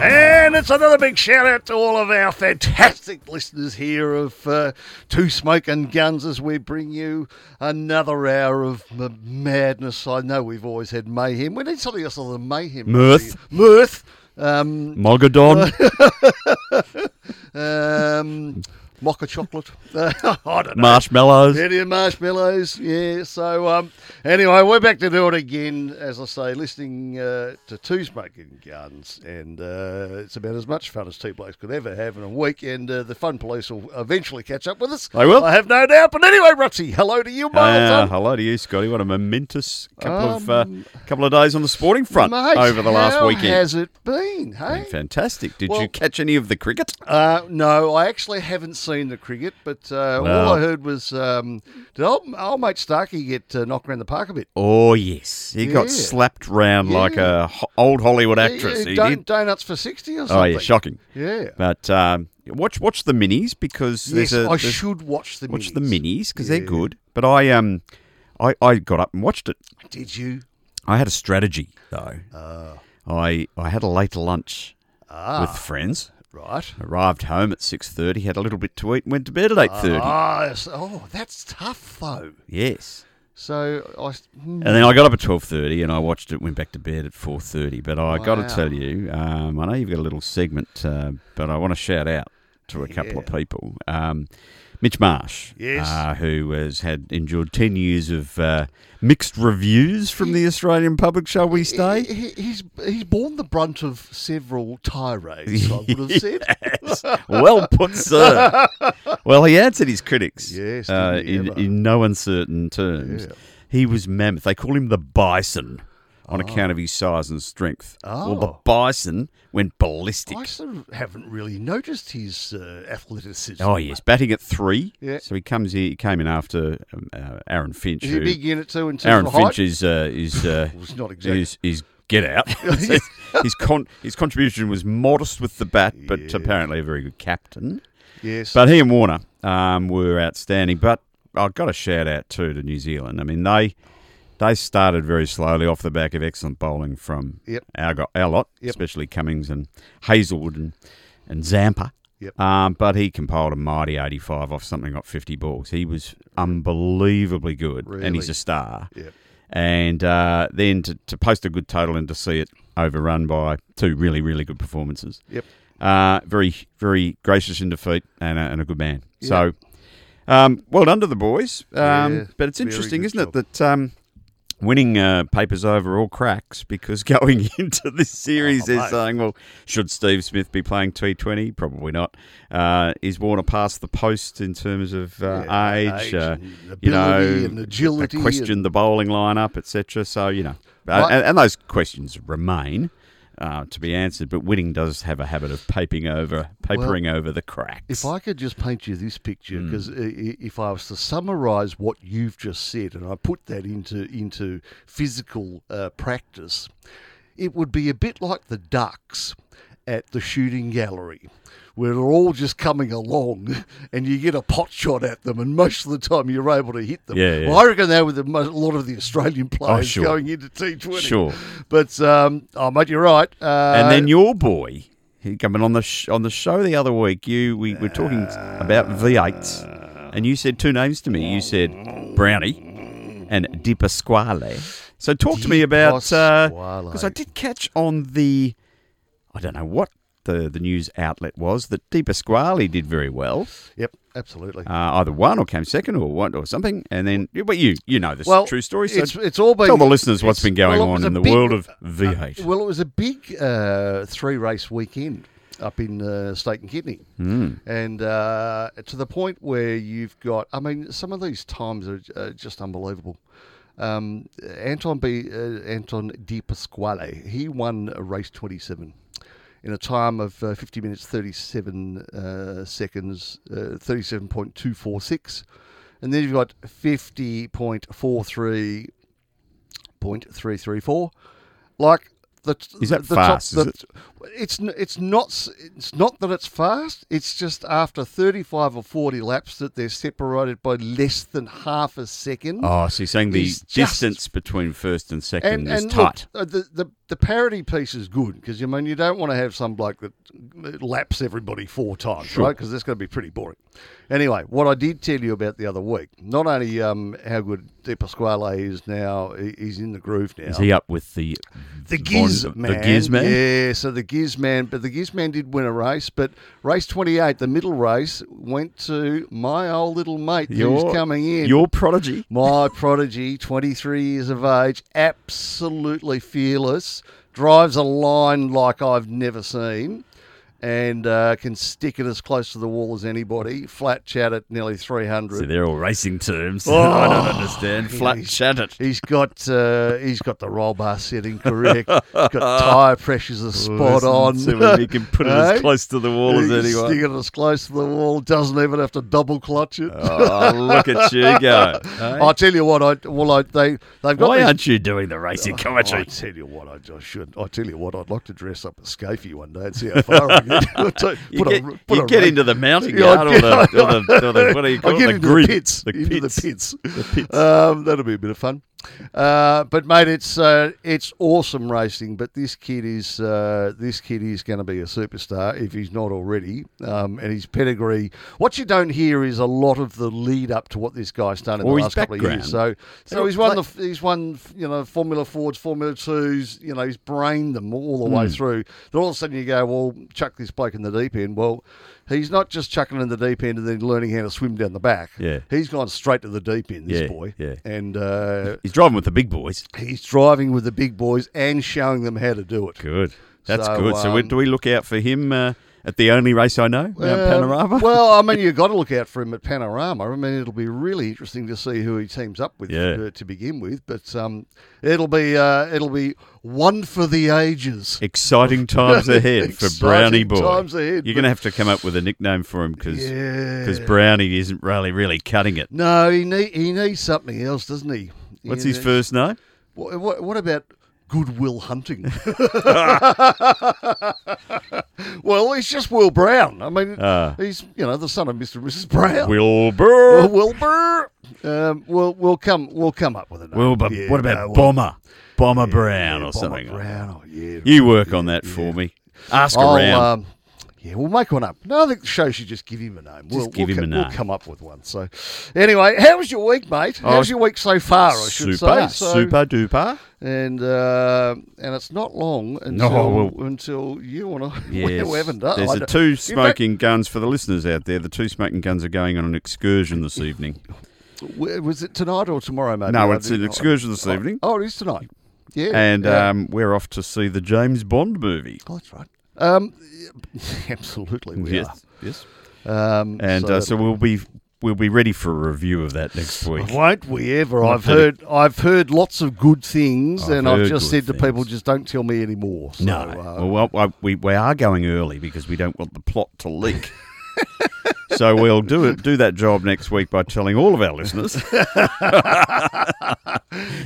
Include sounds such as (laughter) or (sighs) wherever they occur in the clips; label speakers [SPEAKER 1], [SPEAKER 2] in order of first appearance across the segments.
[SPEAKER 1] it's another big shout out to all of our fantastic listeners here of uh, Two Smoke and Guns as we bring you another hour of m- madness. I know we've always had mayhem. We need something else other than mayhem.
[SPEAKER 2] Mirth.
[SPEAKER 1] Mirth. Um, (laughs)
[SPEAKER 2] Mogadon.
[SPEAKER 1] um, (laughs) mocha chocolate. (laughs) I don't know.
[SPEAKER 2] marshmallows.
[SPEAKER 1] Plenty of marshmallows, yeah. So, um, anyway, we're back to do it again. As I say, listening uh, to Two Smoking Guns, and uh, it's about as much fun as two blokes could ever have in a week. And uh, the fun police will eventually catch up with us.
[SPEAKER 2] They will.
[SPEAKER 1] I have no doubt. But anyway, Rutsy, hello to you,
[SPEAKER 2] Ah,
[SPEAKER 1] Miles.
[SPEAKER 2] hello to you, Scotty. What a momentous couple of uh, couple of days on the sporting front over the last
[SPEAKER 1] Um, how
[SPEAKER 2] weekend.
[SPEAKER 1] has it been? Hey.
[SPEAKER 2] Been fantastic. Did
[SPEAKER 1] Well-
[SPEAKER 2] you catch any of the cricket?
[SPEAKER 1] Uh, no, I actually haven't seen the cricket, but uh,
[SPEAKER 2] Well-
[SPEAKER 1] all I heard was um, did old, old mate Starkey get uh, knocked around the park a bit?
[SPEAKER 2] Oh yes, he
[SPEAKER 1] Yeah.
[SPEAKER 2] got slapped round like
[SPEAKER 1] Yeah.
[SPEAKER 2] a ho- old Hollywood actress.
[SPEAKER 1] Yeah,
[SPEAKER 2] He
[SPEAKER 1] don-
[SPEAKER 2] did.
[SPEAKER 1] Donuts for 60 or something.
[SPEAKER 2] Oh yeah, shocking.
[SPEAKER 1] Yeah.
[SPEAKER 2] But um, watch watch the minis because
[SPEAKER 1] Yes,
[SPEAKER 2] there's a
[SPEAKER 1] I
[SPEAKER 2] there's-
[SPEAKER 1] should watch the
[SPEAKER 2] watch
[SPEAKER 1] minis.
[SPEAKER 2] the minis because
[SPEAKER 1] Yeah.
[SPEAKER 2] they're good. But I um I, I got up and watched it.
[SPEAKER 1] Did you?
[SPEAKER 2] I had a strategy though.
[SPEAKER 1] Oh.
[SPEAKER 2] I I had a late lunch
[SPEAKER 1] Ah.
[SPEAKER 2] with friends.
[SPEAKER 1] Right.
[SPEAKER 2] Arrived home at six thirty. Had a little bit to eat and went to bed at eight thirty.
[SPEAKER 1] Ah, yes. oh, that's tough, though.
[SPEAKER 2] yes.
[SPEAKER 1] So, I. hmm.
[SPEAKER 2] And then I got up at twelve thirty and I watched it. Went back to bed at four thirty. But I got
[SPEAKER 1] Wow.
[SPEAKER 2] to tell you, um, I know you've got a little segment, uh, but I want to shout out to a couple of people. Um, Mitch Marsh,
[SPEAKER 1] Yes.
[SPEAKER 2] uh, who has had endured ten years of uh, mixed reviews from the Australian public, shall we
[SPEAKER 1] He-
[SPEAKER 2] say?
[SPEAKER 1] he- he's he's borne the brunt of several tirades, I
[SPEAKER 2] (laughs)
[SPEAKER 1] would have said.
[SPEAKER 2] Yes. well
[SPEAKER 1] (laughs)
[SPEAKER 2] put, sir. well, he answered his critics
[SPEAKER 1] Yes, didn't
[SPEAKER 2] uh,
[SPEAKER 1] he
[SPEAKER 2] in,
[SPEAKER 1] ever?
[SPEAKER 2] in no uncertain terms. He was mammoth. They call him the bison on account of his size and strength. Well, the
[SPEAKER 1] Oh.
[SPEAKER 2] bison went ballistic.
[SPEAKER 1] I sort of haven't really noticed his uh, athleticism.
[SPEAKER 2] Oh yes, batting at three.
[SPEAKER 1] Yeah.
[SPEAKER 2] So he comes. He came in after um, uh, Aaron Finch.
[SPEAKER 1] Is he
[SPEAKER 2] who-
[SPEAKER 1] big in it too in terms
[SPEAKER 2] Aaron
[SPEAKER 1] of
[SPEAKER 2] Finch
[SPEAKER 1] height?
[SPEAKER 2] is uh, is uh,
[SPEAKER 1] Was not (laughs) exactly.
[SPEAKER 2] is is
[SPEAKER 1] (laughs)
[SPEAKER 2] get out. (laughs) his con- his contribution was modest with the bat, but apparently a very good captain.
[SPEAKER 1] Yes.
[SPEAKER 2] But he and Warner um, were outstanding. But I've got a shout out too to New Zealand. I mean they they started very slowly off the back of excellent bowling from
[SPEAKER 1] Yep.
[SPEAKER 2] our go- our lot, especially Cummings and Hazelwood and and Zampa.
[SPEAKER 1] Yep.
[SPEAKER 2] Um, but he compiled a mighty 85 off something like 50 balls. He was unbelievably good, and he's
[SPEAKER 1] Really?
[SPEAKER 2] a star.
[SPEAKER 1] Yep.
[SPEAKER 2] And uh, then to, to post a good total and to see it overrun by two really, really good performances.
[SPEAKER 1] Yep.
[SPEAKER 2] Uh, very, very gracious in defeat and a, and a good man. So, um, well done to the boys. Um,
[SPEAKER 1] Yeah,
[SPEAKER 2] but it's
[SPEAKER 1] very
[SPEAKER 2] interesting,
[SPEAKER 1] good
[SPEAKER 2] isn't
[SPEAKER 1] job.
[SPEAKER 2] it, that um, winning uh, papers over all cracks because (laughs) going into this series, they're
[SPEAKER 1] mate.
[SPEAKER 2] saying, well, should Steve Smith be playing T20? Probably not. Uh, is Warner past the post in terms of uh,
[SPEAKER 1] Yeah,
[SPEAKER 2] age?
[SPEAKER 1] age
[SPEAKER 2] uh,
[SPEAKER 1] and
[SPEAKER 2] you know,
[SPEAKER 1] ability and agility
[SPEAKER 2] They question
[SPEAKER 1] and-
[SPEAKER 2] the bowling lineup, etc. So, you know, uh,
[SPEAKER 1] Right.
[SPEAKER 2] and, and those questions remain. Uh, to be answered, but winning does have a habit of papering over, papering over the cracks.
[SPEAKER 1] If I could just paint you this picture,
[SPEAKER 2] Hmm.
[SPEAKER 1] because if I was to summarise what you've just said, and I put that into into physical uh, practice, it would be a bit like the ducks at the shooting gallery, where they're all just coming along, (laughs) and you get a pot shot at them, and most of the time you're able to hit them.
[SPEAKER 2] Yeah, yeah. Oh,
[SPEAKER 1] Well, I reckon they were the most, a lot of the Australian players
[SPEAKER 2] sure.
[SPEAKER 1] going into T20.
[SPEAKER 2] Sure.
[SPEAKER 1] but um, oh mate, you're right. Uh,
[SPEAKER 2] and then your boy he coming on the sh- on the show the other week. You we were talking about V8s, and you said two names to me. You said Brownie and Di Pasquale. So talk to me
[SPEAKER 1] Di
[SPEAKER 2] about uh,
[SPEAKER 1] Pasquale.
[SPEAKER 2] because I did catch on the I don't know what the the news outlet was that Di Pasquale did very well,
[SPEAKER 1] yep, absolutely.
[SPEAKER 2] uh, either one or came second or what or something, and then but you you know the s-
[SPEAKER 1] Well,
[SPEAKER 2] true story. So
[SPEAKER 1] it's- it's all been-
[SPEAKER 2] tell the listeners what's
[SPEAKER 1] it's-
[SPEAKER 2] been going
[SPEAKER 1] well, it was
[SPEAKER 2] on
[SPEAKER 1] a
[SPEAKER 2] in the
[SPEAKER 1] big-
[SPEAKER 2] world of V8.
[SPEAKER 1] Well, it was a big uh, three race weekend up in uh, State and Kidney,
[SPEAKER 2] Hmm.
[SPEAKER 1] mm. and uh, to the point where you've got. I mean, some of these times are uh, just unbelievable. Um, Anton B. Uh, Anton Di Pasquale, he won race twenty seven. In a time of uh, 50 minutes 37 uh, seconds, uh, 37.246, and then you've got 50.43 0.334. Like The,
[SPEAKER 2] Is that
[SPEAKER 1] the
[SPEAKER 2] fast,
[SPEAKER 1] Top,
[SPEAKER 2] is
[SPEAKER 1] the, It's n- it's not s- it's not that it's fast. It's just after thirty five or forty laps that they're separated by less than half a second.
[SPEAKER 2] Oh, so you're saying the
[SPEAKER 1] He's just-
[SPEAKER 2] distance between first and second is
[SPEAKER 1] and
[SPEAKER 2] tight.
[SPEAKER 1] Look, uh, the, the the parody piece is good because you mean you don't want to have some bloke that uh, laps everybody four times,
[SPEAKER 2] Sure.
[SPEAKER 1] right? Because that's going to be pretty boring. Anyway, what I did tell you about the other week, not only um, how good De Pasquale is now, he- he's in the groove now.
[SPEAKER 2] is he up with the
[SPEAKER 1] the
[SPEAKER 2] Von-
[SPEAKER 1] Giz man,
[SPEAKER 2] The Giz man?
[SPEAKER 1] yeah. So the Giz man, but the Giz man did win a race, but race twenty eight, the middle race, went to my old little mate
[SPEAKER 2] Your-
[SPEAKER 1] who's coming in.
[SPEAKER 2] Your prodigy.
[SPEAKER 1] My prodigy, 23 years of age, absolutely fearless, drives a line like I've never seen, and uh, can stick it as close to the wall as anybody. Flat chat at nearly 300.
[SPEAKER 2] So they're all racing terms. (laughs) I don't understand. Flat
[SPEAKER 1] Oh, he's-
[SPEAKER 2] chat it.
[SPEAKER 1] He's got uh, he's got the roll bar setting
[SPEAKER 2] (laughs)
[SPEAKER 1] correct. he's got tyre pressures are spot on.
[SPEAKER 2] So if you can put
[SPEAKER 1] (laughs)
[SPEAKER 2] it
[SPEAKER 1] Hey?
[SPEAKER 2] as close to the wall as
[SPEAKER 1] He can
[SPEAKER 2] anyone.
[SPEAKER 1] Stick it as close to the wall. Doesn't even have to double clutch it.
[SPEAKER 2] (laughs) Oh, look at you
[SPEAKER 1] (laughs)
[SPEAKER 2] go.
[SPEAKER 1] I tell you what, I well, I, they they've got
[SPEAKER 2] Why
[SPEAKER 1] this
[SPEAKER 2] aren't you doing the racing
[SPEAKER 1] I
[SPEAKER 2] commentary?
[SPEAKER 1] tell you what, I, I should. I tell you what, I'd like to dress up as Scafey one day and see how far
[SPEAKER 2] (laughs)
[SPEAKER 1] I can get. (laughs) I'll tell
[SPEAKER 2] You
[SPEAKER 1] put a-
[SPEAKER 2] get,
[SPEAKER 1] put
[SPEAKER 2] you
[SPEAKER 1] a
[SPEAKER 2] get
[SPEAKER 1] ra-
[SPEAKER 2] into the mounting
[SPEAKER 1] Yeah,
[SPEAKER 2] yard
[SPEAKER 1] I
[SPEAKER 2] or
[SPEAKER 1] get-
[SPEAKER 2] the, or the, or the,
[SPEAKER 1] (laughs)
[SPEAKER 2] what do you call
[SPEAKER 1] I'll
[SPEAKER 2] it?
[SPEAKER 1] get
[SPEAKER 2] The
[SPEAKER 1] into
[SPEAKER 2] grid.
[SPEAKER 1] the pits.
[SPEAKER 2] The
[SPEAKER 1] into
[SPEAKER 2] pits.
[SPEAKER 1] the pits. Um, that'll be a bit of fun. Uh, but mate, it's uh, it's awesome racing. But this kid is uh, this kid is going to be a superstar if he's not already. Um, and his pedigree. What you don't hear is a lot of the lead up to what this guy's done in
[SPEAKER 2] Or
[SPEAKER 1] the
[SPEAKER 2] his
[SPEAKER 1] last couple of years. So so he's won the he's won you know Formula Fords, Formula Twos. You know he's brained them all the
[SPEAKER 2] Hmm.
[SPEAKER 1] way through. Then all of a sudden you go, well, chuck this bloke in the deep end. Well, he's not just chucking in the deep end and then learning how to swim down the back.
[SPEAKER 2] Yeah.
[SPEAKER 1] he's gone straight to the deep end. This
[SPEAKER 2] Yeah,
[SPEAKER 1] boy.
[SPEAKER 2] yeah.
[SPEAKER 1] and uh,
[SPEAKER 2] He's driving with the big boys.
[SPEAKER 1] he's driving with the big boys and showing them how to do it.
[SPEAKER 2] Good. That's
[SPEAKER 1] So,
[SPEAKER 2] good. So we,
[SPEAKER 1] um,
[SPEAKER 2] do we look out for him uh, at the only race I know, Mount
[SPEAKER 1] Um,
[SPEAKER 2] Panorama? (laughs)
[SPEAKER 1] well, I mean, you've got to look out for him at Panorama. I mean, it'll be really interesting to see who he teams up with
[SPEAKER 2] Yeah.
[SPEAKER 1] uh, to begin with. But um, it'll be uh, it'll be one for the ages. (laughs)
[SPEAKER 2] Exciting times ahead for
[SPEAKER 1] Exciting
[SPEAKER 2] Brownie Boy.
[SPEAKER 1] times ahead, but-
[SPEAKER 2] You're going to have to come up with a nickname for him because
[SPEAKER 1] Yeah.
[SPEAKER 2] Brownie isn't really really cutting it.
[SPEAKER 1] No, he need, he needs something else, doesn't he?
[SPEAKER 2] What's
[SPEAKER 1] You
[SPEAKER 2] his
[SPEAKER 1] know,
[SPEAKER 2] first name?
[SPEAKER 1] What, what, what about Goodwill
[SPEAKER 2] (laughs)
[SPEAKER 1] Hunting? (laughs) well, he's just Will Brown. I mean,
[SPEAKER 2] Ah.
[SPEAKER 1] he's you know the son of Mr. and Mrs. Brown.
[SPEAKER 2] Wilbur.
[SPEAKER 1] Will Oh. Wilbur. Um, we'll we'll come we'll come up with a name.
[SPEAKER 2] Wilbur.
[SPEAKER 1] Yeah,
[SPEAKER 2] what about
[SPEAKER 1] no, we'll-
[SPEAKER 2] Bomber? Bomber Brown
[SPEAKER 1] yeah, Bomber
[SPEAKER 2] or something. like that.
[SPEAKER 1] Brown. Oh, yeah.
[SPEAKER 2] You work on that for me. Ask around.
[SPEAKER 1] Um, yeah, we'll make one up. No, I think the show should just give him a name. we'll,
[SPEAKER 2] give
[SPEAKER 1] we'll
[SPEAKER 2] him
[SPEAKER 1] co-
[SPEAKER 2] a
[SPEAKER 1] we'll
[SPEAKER 2] name.
[SPEAKER 1] come up with one. So, anyway, how was your week, mate? How's
[SPEAKER 2] it's-
[SPEAKER 1] your week so far? I should say.
[SPEAKER 2] super,
[SPEAKER 1] So,
[SPEAKER 2] super duper.
[SPEAKER 1] And uh, and it's not long until
[SPEAKER 2] well-
[SPEAKER 1] until you and I (laughs)
[SPEAKER 2] Yes.
[SPEAKER 1] we haven't done.
[SPEAKER 2] There's
[SPEAKER 1] I
[SPEAKER 2] the
[SPEAKER 1] don't-
[SPEAKER 2] two
[SPEAKER 1] In fact,
[SPEAKER 2] smoking guns for the listeners out there. The two smoking guns are going on an excursion this evening.
[SPEAKER 1] w- was it tonight or tomorrow, mate? (laughs)
[SPEAKER 2] No,
[SPEAKER 1] I
[SPEAKER 2] it's
[SPEAKER 1] didn't-
[SPEAKER 2] an excursion this evening,
[SPEAKER 1] Oh, it is tonight. Yeah.
[SPEAKER 2] and
[SPEAKER 1] yeah.
[SPEAKER 2] um, we're off to see the James Bond movie.
[SPEAKER 1] Oh, that's right. Um, (laughs) absolutely, we
[SPEAKER 2] yes, yes.
[SPEAKER 1] are. Um,
[SPEAKER 2] And so, uh,
[SPEAKER 1] that-
[SPEAKER 2] so we'll be we'll be ready for a review of that next week.
[SPEAKER 1] won't we ever? I've
[SPEAKER 2] that it-
[SPEAKER 1] heard, I've heard lots of good things,
[SPEAKER 2] I've
[SPEAKER 1] and I've
[SPEAKER 2] heard
[SPEAKER 1] just said
[SPEAKER 2] good
[SPEAKER 1] to people,
[SPEAKER 2] things.
[SPEAKER 1] just don't tell me anymore. So,
[SPEAKER 2] No,
[SPEAKER 1] uh,
[SPEAKER 2] well, well, well, we we are going early because we don't want the plot to (laughs) leak. so we'll do it do that job next week by telling all of our listeners (laughs)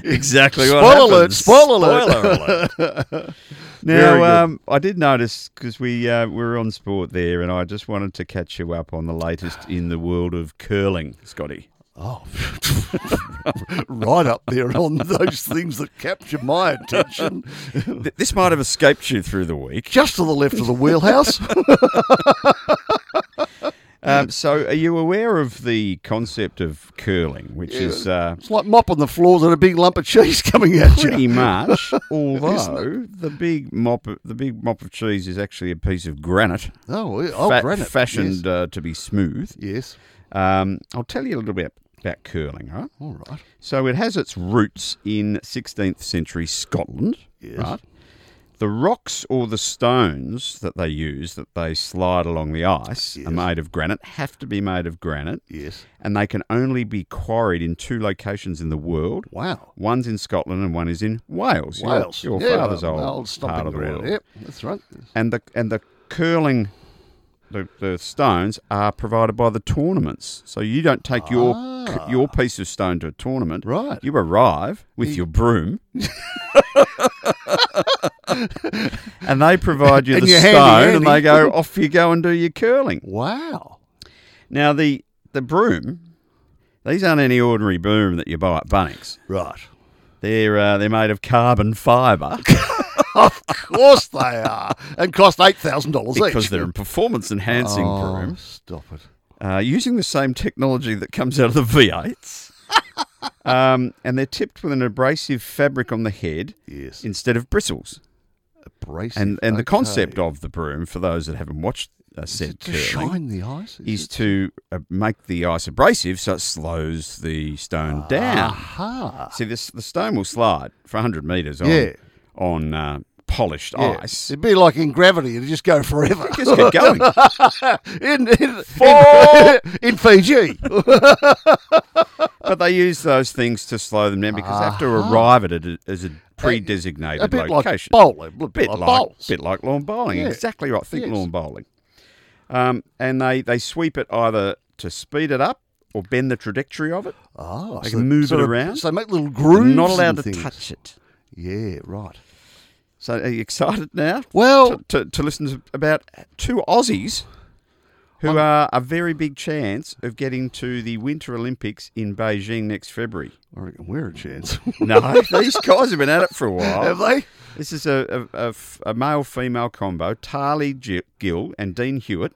[SPEAKER 2] exactly what
[SPEAKER 1] Spoiler alert,
[SPEAKER 2] happens.
[SPEAKER 1] spoiler alert.
[SPEAKER 2] alert.
[SPEAKER 1] Very good.
[SPEAKER 2] (laughs) now, um, I did notice because we uh, we were on sport there, and I just wanted to catch you up on the latest in the world of curling, Scotty.
[SPEAKER 1] oh, (laughs) right up there on (laughs) those things that capture my attention, (laughs)
[SPEAKER 2] Th- this might have escaped you through the week.
[SPEAKER 1] just to the left of the wheelhouse. (laughs)
[SPEAKER 2] Um, so, are you aware of the concept of curling, which is uh,
[SPEAKER 1] It's like mop on the floors and a big lump of cheese coming at you.
[SPEAKER 2] pretty much,
[SPEAKER 1] (laughs)
[SPEAKER 2] although the big mop, of- the big mop of cheese is actually a piece of granite,
[SPEAKER 1] Oh, yeah. oh,
[SPEAKER 2] fa-
[SPEAKER 1] granite
[SPEAKER 2] fashioned uh, to be smooth.
[SPEAKER 1] Yes. yes.
[SPEAKER 2] Um, I'll tell you a little bit about curling, all right?
[SPEAKER 1] All right.
[SPEAKER 2] So, it has its roots in 16th century Scotland,
[SPEAKER 1] Yes.
[SPEAKER 2] right? The rocks or the stones that they use that they slide along the ice are made of granite, have to be made of granite.
[SPEAKER 1] Yes.
[SPEAKER 2] and they can only be quarried in two locations in the world.
[SPEAKER 1] Wow.
[SPEAKER 2] One's in Scotland and one is in Wales. Your-
[SPEAKER 1] Wales.
[SPEAKER 2] Your,
[SPEAKER 1] yeah,
[SPEAKER 2] father's
[SPEAKER 1] my
[SPEAKER 2] old,
[SPEAKER 1] stomping
[SPEAKER 2] part of the
[SPEAKER 1] ground.
[SPEAKER 2] world.
[SPEAKER 1] Yep, that's right.
[SPEAKER 2] And the and the curling, the, the stones are provided by the tournaments. So you don't take your
[SPEAKER 1] Ah.
[SPEAKER 2] c- your piece of stone to a tournament.
[SPEAKER 1] Right. (laughs)
[SPEAKER 2] You arrive with your broom and they provide you
[SPEAKER 1] And
[SPEAKER 2] the
[SPEAKER 1] you're
[SPEAKER 2] stone,
[SPEAKER 1] handy, handy.
[SPEAKER 2] and they go off you go and do your curling.
[SPEAKER 1] Wow.
[SPEAKER 2] Now the the broom, these aren't any ordinary broom that you buy at Bunnings.
[SPEAKER 1] Right.
[SPEAKER 2] They're uh, they're made of
[SPEAKER 1] (laughs)
[SPEAKER 2] carbon fibre
[SPEAKER 1] Of course they are, and cost eight thousand dollars each.
[SPEAKER 2] because they're a performance enhancing
[SPEAKER 1] Oh,
[SPEAKER 2] broom.
[SPEAKER 1] Stop it.
[SPEAKER 2] uh, using the same technology that comes out of
[SPEAKER 1] (laughs)
[SPEAKER 2] the V8s. um, and they're tipped with an abrasive fabric on the head
[SPEAKER 1] Yes.
[SPEAKER 2] instead of bristles.
[SPEAKER 1] Abrasive.
[SPEAKER 2] And and the
[SPEAKER 1] okay.
[SPEAKER 2] concept of the broom, for those that haven't watched uh, said
[SPEAKER 1] to
[SPEAKER 2] curling,
[SPEAKER 1] shine the ice.
[SPEAKER 2] is to uh, make the ice abrasive so it slows the
[SPEAKER 1] Ah.
[SPEAKER 2] stone down.
[SPEAKER 1] Aha.
[SPEAKER 2] See, this the stone will slide for 100 metres on,
[SPEAKER 1] Yeah.
[SPEAKER 2] on uh, polished
[SPEAKER 1] Yeah.
[SPEAKER 2] ice.
[SPEAKER 1] It'd be like in gravity, it'd just go
[SPEAKER 2] (laughs)
[SPEAKER 1] forever.
[SPEAKER 2] Just get going.
[SPEAKER 1] in, in,
[SPEAKER 2] Four.
[SPEAKER 1] in, in Fiji.
[SPEAKER 2] But they use those things to slow them down because they have to arrive at it as a pre-designated
[SPEAKER 1] Uh-huh. A bit like
[SPEAKER 2] location.
[SPEAKER 1] bowling. A bit
[SPEAKER 2] bit
[SPEAKER 1] like
[SPEAKER 2] like
[SPEAKER 1] bowls.
[SPEAKER 2] bit like lawn bowling.
[SPEAKER 1] Yeah.
[SPEAKER 2] Exactly right. Think
[SPEAKER 1] Yes.
[SPEAKER 2] lawn bowling. Um, and they they sweep it either to speed it up or bend the trajectory of it.
[SPEAKER 1] Oh,
[SPEAKER 2] They can move
[SPEAKER 1] so
[SPEAKER 2] it
[SPEAKER 1] they-
[SPEAKER 2] around.
[SPEAKER 1] So they make little grooves.
[SPEAKER 2] not allowed
[SPEAKER 1] and
[SPEAKER 2] to
[SPEAKER 1] things.
[SPEAKER 2] touch it.
[SPEAKER 1] Yeah, right.
[SPEAKER 2] So are you excited now?
[SPEAKER 1] Well,
[SPEAKER 2] to, to, to listen to about two Aussies who are a very big chance of getting to the Winter Olympics in Beijing next February.
[SPEAKER 1] I reckon we're a
[SPEAKER 2] (laughs)
[SPEAKER 1] chance.
[SPEAKER 2] No, these guys have been at it for a while.
[SPEAKER 1] Have they?
[SPEAKER 2] This is a, a- a f- a male female combo, Tarly Gi- Gill and Dean Hewitt.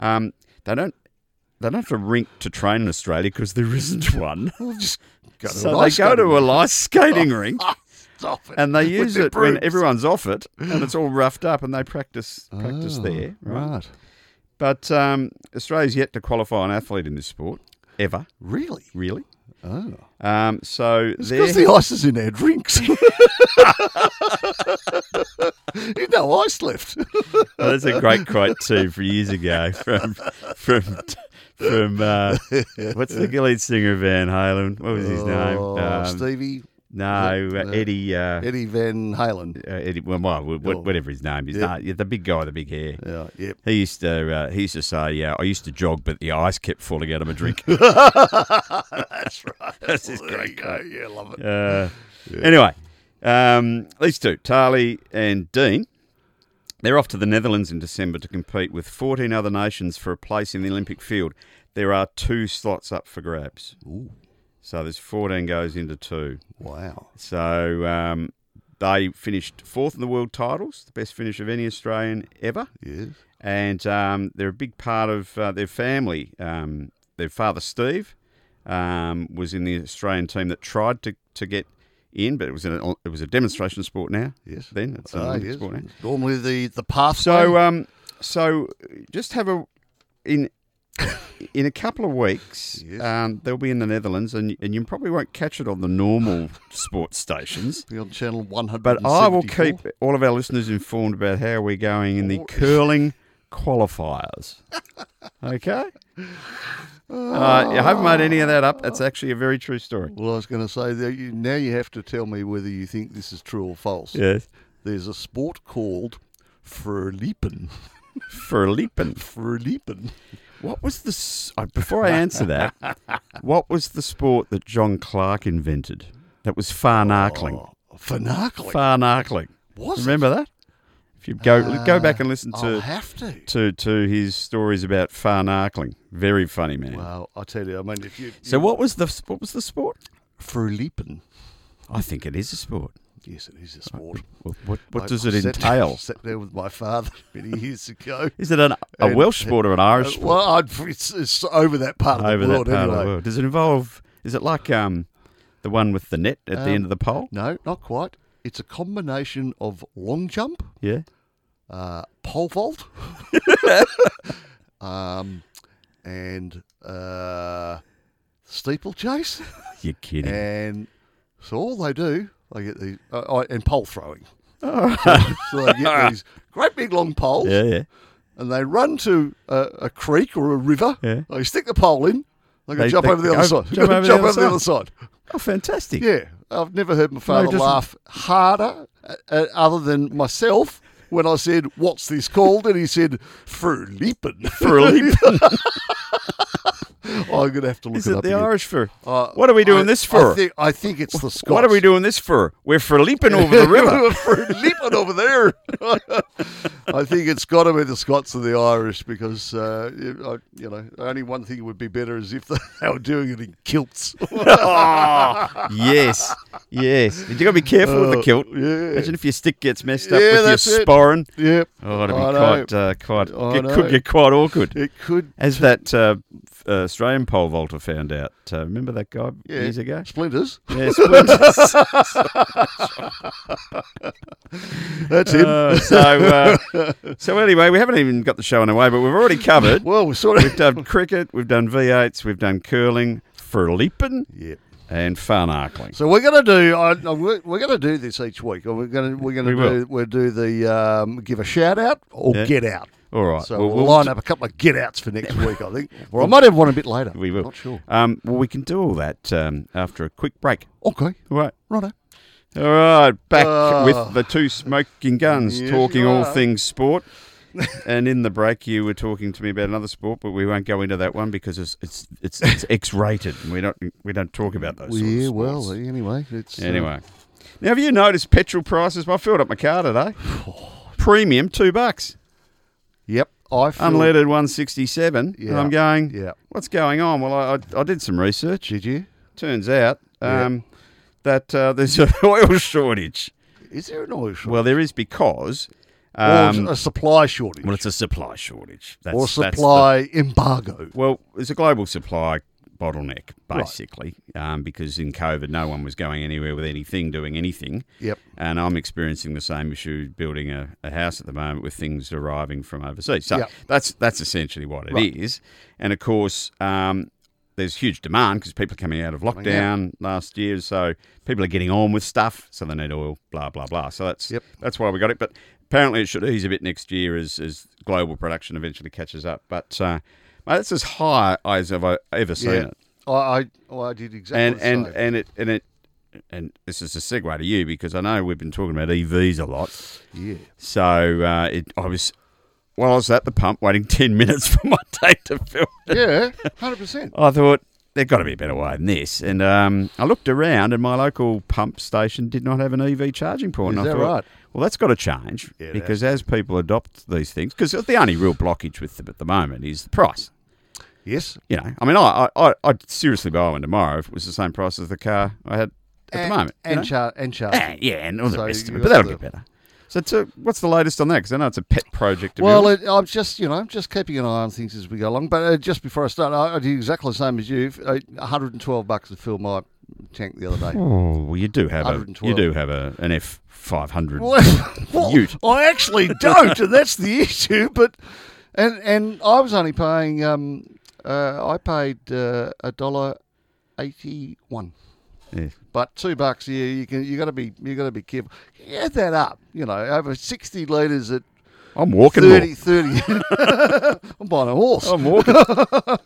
[SPEAKER 2] Um, they don't they don't have to rink to train in Australia because there isn't (laughs) one.
[SPEAKER 1] We'll just go to
[SPEAKER 2] So
[SPEAKER 1] an
[SPEAKER 2] they
[SPEAKER 1] ice
[SPEAKER 2] go
[SPEAKER 1] skating (laughs)
[SPEAKER 2] to a ice skating rink
[SPEAKER 1] rink. Stop it.
[SPEAKER 2] and they
[SPEAKER 1] With
[SPEAKER 2] use
[SPEAKER 1] their
[SPEAKER 2] it when
[SPEAKER 1] brooms.
[SPEAKER 2] everyone's off it and
[SPEAKER 1] (sighs)
[SPEAKER 2] it's all roughed up and they practice practice
[SPEAKER 1] Oh,
[SPEAKER 2] there. Right.
[SPEAKER 1] Right.
[SPEAKER 2] But um, Australia's yet to qualify an athlete in this sport ever,
[SPEAKER 1] Really?
[SPEAKER 2] really.
[SPEAKER 1] Oh.
[SPEAKER 2] Um, so
[SPEAKER 1] Because
[SPEAKER 2] they're
[SPEAKER 1] the ice is in our
[SPEAKER 2] (laughs)
[SPEAKER 1] drinks. There's no ice left.
[SPEAKER 2] Oh, that's a great quote too from years ago from from from uh, what's the lead singer of Van Halen? What was his name?
[SPEAKER 1] Oh,
[SPEAKER 2] Um,
[SPEAKER 1] Stevie
[SPEAKER 2] no, uh,
[SPEAKER 1] no.
[SPEAKER 2] Eddie. Uh,
[SPEAKER 1] Eddie Van Halen.
[SPEAKER 2] uh, Eddie. Well, well, wh- wh- whatever his name is.
[SPEAKER 1] Yeah.
[SPEAKER 2] No, yeah, the big guy, with the big hair.
[SPEAKER 1] Yeah,
[SPEAKER 2] (laughs)
[SPEAKER 1] yep.
[SPEAKER 2] He used to uh, he used to say, "Yeah, I used to jog, but the ice kept falling out of my drink."
[SPEAKER 1] That's right.
[SPEAKER 2] That's his great
[SPEAKER 1] go. Yeah, love it.
[SPEAKER 2] Uh, Anyway, um, these two, Tarly and Dean, they're off to the Netherlands in December to compete with 14 other nations for a place in the Olympic field. There are two slots up for grabs.
[SPEAKER 1] Ooh.
[SPEAKER 2] So there's 14 goes into two.
[SPEAKER 1] Wow.
[SPEAKER 2] So um, they finished fourth in the world titles, the best finish of any Australian ever.
[SPEAKER 1] Yes.
[SPEAKER 2] And um, they're a big part of uh, their family. Um, their father, Steve, um, was in the Australian team that tried to, to get in, but it was, an, it was a demonstration sport now.
[SPEAKER 1] Yes.
[SPEAKER 2] Then it's an
[SPEAKER 1] Ah,
[SPEAKER 2] Olympic
[SPEAKER 1] yes.
[SPEAKER 2] sport now.
[SPEAKER 1] Normally the the pathway.
[SPEAKER 2] So, um, so just have a in in a couple of weeks.
[SPEAKER 1] Yes.
[SPEAKER 2] Um, they'll be in the Netherlands, and and you probably won't catch it on the normal sports stations.
[SPEAKER 1] be on channel one hundred.
[SPEAKER 2] But I will keep all of our listeners informed about how we're going in the curling qualifiers.
[SPEAKER 1] (laughs)
[SPEAKER 2] Okay. Uh, I haven't made any of that up. That's actually a very true story.
[SPEAKER 1] Well, I was going to say that you, now you have to tell me whether you think this is true or false.
[SPEAKER 2] Yes.
[SPEAKER 1] There's a sport called (laughs) Frölipen.
[SPEAKER 2] For leaping.
[SPEAKER 1] Frölipen.
[SPEAKER 2] What was the s- uh, before I answer that?
[SPEAKER 1] (laughs)
[SPEAKER 2] what was the sport that John Clark invented? That was far narcling.
[SPEAKER 1] Oh, Finarkling.
[SPEAKER 2] Far narcling.
[SPEAKER 1] was it?
[SPEAKER 2] Remember that? If you go go back and listen
[SPEAKER 1] Uh, I'll
[SPEAKER 2] to,
[SPEAKER 1] have to.
[SPEAKER 2] to to his stories about far narcling, very funny man.
[SPEAKER 1] Well, I tell you, I mean, if you
[SPEAKER 2] So what was the s- what was the sport?
[SPEAKER 1] Frölipen.
[SPEAKER 2] I think it is a sport.
[SPEAKER 1] Yes, it is a sport.
[SPEAKER 2] Well, what
[SPEAKER 1] I-
[SPEAKER 2] what does
[SPEAKER 1] I (laughs)
[SPEAKER 2] it
[SPEAKER 1] sat-
[SPEAKER 2] entail?
[SPEAKER 1] Sat down with my father (laughs) many years ago.
[SPEAKER 2] Is it an, a
[SPEAKER 1] And- Uh,
[SPEAKER 2] Welsh sport or an Irish sport?
[SPEAKER 1] Well, I'd, it's, it's over that part of
[SPEAKER 2] Over
[SPEAKER 1] the world
[SPEAKER 2] that part
[SPEAKER 1] anyway.
[SPEAKER 2] of the world, does it involve? Is it like um, the one with the net at the end of the pole?
[SPEAKER 1] No, not quite. It's a combination of long jump,
[SPEAKER 2] Yeah.
[SPEAKER 1] uh, pole vault, (laughs) um, and uh, steeplechase,
[SPEAKER 2] You're kidding.
[SPEAKER 1] and so all they do, they get these uh, uh, and pole throwing. so, so they
[SPEAKER 2] (laughs)
[SPEAKER 1] get these great big long poles,
[SPEAKER 2] Yeah, yeah.
[SPEAKER 1] and they run to a, a creek or a river.
[SPEAKER 2] Yeah.
[SPEAKER 1] They stick the pole in. They're going
[SPEAKER 2] They-
[SPEAKER 1] to jump
[SPEAKER 2] they
[SPEAKER 1] over the
[SPEAKER 2] go-
[SPEAKER 1] other side. (laughs)
[SPEAKER 2] jump over the
[SPEAKER 1] jump
[SPEAKER 2] other
[SPEAKER 1] over the
[SPEAKER 2] side.
[SPEAKER 1] other side.
[SPEAKER 2] Oh, fantastic.
[SPEAKER 1] Yeah, I've never heard my father
[SPEAKER 2] just-
[SPEAKER 1] laugh harder uh, uh, other than myself when I said, "What's this (laughs) called?" And he said, "Frölipen."
[SPEAKER 2] For a leap.
[SPEAKER 1] I I'm going to have to look
[SPEAKER 2] Is
[SPEAKER 1] it,
[SPEAKER 2] it
[SPEAKER 1] up.
[SPEAKER 2] the
[SPEAKER 1] again.
[SPEAKER 2] Irish for?
[SPEAKER 1] Uh,
[SPEAKER 2] what are we doing
[SPEAKER 1] I-
[SPEAKER 2] this for?
[SPEAKER 1] I think, I think it's the Scots.
[SPEAKER 2] what are we doing this for? We're for leaping (laughs) over
[SPEAKER 1] (laughs)
[SPEAKER 2] the river.
[SPEAKER 1] We're leaping over there. (laughs) I think it's got to be the Scots and the Irish because, uh, you I- you know, only one thing would be better is if (laughs) they were doing it in kilts.
[SPEAKER 2] Ah, yes, yes. You got to be careful (laughs) with the
[SPEAKER 1] Uh,
[SPEAKER 2] kilt.
[SPEAKER 1] (laughs) yeah.
[SPEAKER 2] Imagine if your stick gets messed up
[SPEAKER 1] Yeah,
[SPEAKER 2] with your
[SPEAKER 1] that's it.
[SPEAKER 2] sporran.
[SPEAKER 1] yep.
[SPEAKER 2] Oh, it'd be
[SPEAKER 1] I know.
[SPEAKER 2] quite, uh, quite.
[SPEAKER 1] I
[SPEAKER 2] It could
[SPEAKER 1] know.
[SPEAKER 2] get quite awkward.
[SPEAKER 1] It could. (laughs)
[SPEAKER 2] As that uh, f- uh, Australian pole vaulter found out. Uh, remember that guy
[SPEAKER 1] Yeah. (laughs)
[SPEAKER 2] years ago?
[SPEAKER 1] Splinters.
[SPEAKER 2] Yeah, splinters.
[SPEAKER 1] That's him.
[SPEAKER 2] Uh, so, uh, so anyway, we haven't even got the show underway, but we've
[SPEAKER 1] (laughs)
[SPEAKER 2] already covered.
[SPEAKER 1] well, we're sort of.
[SPEAKER 2] We've done cricket, we've done V8s, we've done curling, furleeping,
[SPEAKER 1] (laughs) Yep.
[SPEAKER 2] and farnarkling.
[SPEAKER 1] So we're going to do. I, I- we're we're going to do this each week. We're going to. We're going to
[SPEAKER 2] We will.
[SPEAKER 1] do. We'll do the um, give a shout out or
[SPEAKER 2] Yeah.
[SPEAKER 1] get out.
[SPEAKER 2] All right.
[SPEAKER 1] So
[SPEAKER 2] well,
[SPEAKER 1] we'll,
[SPEAKER 2] we'll
[SPEAKER 1] line
[SPEAKER 2] d-
[SPEAKER 1] up a couple of get outs for
[SPEAKER 2] (laughs)
[SPEAKER 1] next week, I think. Or I might have one a bit later.
[SPEAKER 2] We will.
[SPEAKER 1] Not sure.
[SPEAKER 2] Um, well, we can do all that um, after a quick break.
[SPEAKER 1] Okay.
[SPEAKER 2] All right.
[SPEAKER 1] Righto.
[SPEAKER 2] All right. Back
[SPEAKER 1] Oh.
[SPEAKER 2] with the two smoking guns,
[SPEAKER 1] Yes,
[SPEAKER 2] talking
[SPEAKER 1] you
[SPEAKER 2] all
[SPEAKER 1] are. (laughs)
[SPEAKER 2] things sport. and in the break, you were talking to me about another sport, but we won't go into that one because it's it's it's,
[SPEAKER 1] (laughs)
[SPEAKER 2] it's X-rated, and we don't we don't talk about those.
[SPEAKER 1] Well,
[SPEAKER 2] sort of
[SPEAKER 1] yeah,
[SPEAKER 2] sports.
[SPEAKER 1] well, anyway, it's uh,
[SPEAKER 2] Anyway, now have you noticed petrol prices? Well, I filled up my
[SPEAKER 1] (sighs)
[SPEAKER 2] car today. Premium two bucks,
[SPEAKER 1] yep, I feel,
[SPEAKER 2] unleaded one sixty seven, and
[SPEAKER 1] Yeah.
[SPEAKER 2] I'm going.
[SPEAKER 1] Yeah,
[SPEAKER 2] What's going on? Well, I I, I did some research.
[SPEAKER 1] did you?
[SPEAKER 2] Turns out
[SPEAKER 1] Yeah.
[SPEAKER 2] um, that uh, there's an (laughs) oil shortage.
[SPEAKER 1] Is there an oil shortage?
[SPEAKER 2] Well, there is because
[SPEAKER 1] Or
[SPEAKER 2] um,
[SPEAKER 1] a supply shortage,
[SPEAKER 2] well, it's a supply shortage. That's,
[SPEAKER 1] or
[SPEAKER 2] that's the-
[SPEAKER 1] supply embargo.
[SPEAKER 2] well, it's a global supply bottleneck basically, um, because in COVID, no one was going anywhere with anything, doing anything.
[SPEAKER 1] Yep,
[SPEAKER 2] And I'm experiencing the same issue building a, a house at the moment with things arriving from overseas. So
[SPEAKER 1] Yeah.
[SPEAKER 2] that's that's essentially what it is.
[SPEAKER 1] Right.
[SPEAKER 2] And of course, um, there's huge demand because people are coming out of
[SPEAKER 1] out.
[SPEAKER 2] lockdown last year, so people are getting on with stuff, so they need oil, blah blah blah. So that's
[SPEAKER 1] Yep.
[SPEAKER 2] that's why we got it. But apparently, it should ease a bit next year as as global production eventually catches up. But uh, mate, that's as high as I've ever seen
[SPEAKER 1] yeah.
[SPEAKER 2] it
[SPEAKER 1] I, I, oh, I did exactly
[SPEAKER 2] and
[SPEAKER 1] the
[SPEAKER 2] and
[SPEAKER 1] same.
[SPEAKER 2] and it and it and this is a segue to you because I know we've been talking about EVs a lot.
[SPEAKER 1] yeah, (laughs)
[SPEAKER 2] So uh, it, I was while I was at the pump waiting (laughs) ten minutes for my date to fill.
[SPEAKER 1] yeah, hundred percent.
[SPEAKER 2] I thought there's got to be a better way than this, and um, I looked around, and my local pump station did not have an EV charging point.
[SPEAKER 1] Is
[SPEAKER 2] and I
[SPEAKER 1] that
[SPEAKER 2] thought,
[SPEAKER 1] right?
[SPEAKER 2] Well, that's got to change
[SPEAKER 1] Yeah, it
[SPEAKER 2] because as people adopt these things, because the only real blockage with them at the moment is the price.
[SPEAKER 1] Yes,
[SPEAKER 2] You know, I mean, I, I, I'd seriously buy one tomorrow if it was the same price as the car I had at
[SPEAKER 1] and,
[SPEAKER 2] the moment. you
[SPEAKER 1] and
[SPEAKER 2] know?
[SPEAKER 1] char- and charge.
[SPEAKER 2] Ah, yeah, and all the
[SPEAKER 1] So
[SPEAKER 2] rest of
[SPEAKER 1] you
[SPEAKER 2] it, but
[SPEAKER 1] got
[SPEAKER 2] that'll
[SPEAKER 1] the-
[SPEAKER 2] get better. So, to, what's the latest on that? Because I know it's a pet project. of
[SPEAKER 1] Well,
[SPEAKER 2] yours.
[SPEAKER 1] it, I'm just you know I'm just keeping an eye on things as we go along. But uh, just before I start, I, I did exactly the same as you. Uh, 112 bucks to fill my tank the other day.
[SPEAKER 2] oh, well, you do have a you
[SPEAKER 1] 112.
[SPEAKER 2] do have a, an F five hundred.
[SPEAKER 1] Well, well,
[SPEAKER 2] Ute.
[SPEAKER 1] I actually don't, and that's the issue. But and and I was only paying. Um, uh, I paid uh, a dollar eighty-one,
[SPEAKER 2] Yeah.
[SPEAKER 1] but two bucks. Yeah, you can. You got to be. You got to be careful. Add that up. You know, over sixty liters at
[SPEAKER 2] I'm walking. more.
[SPEAKER 1] 30, 30. (laughs) I'm buying a horse.
[SPEAKER 2] (laughs) I'm walking.
[SPEAKER 1] (laughs)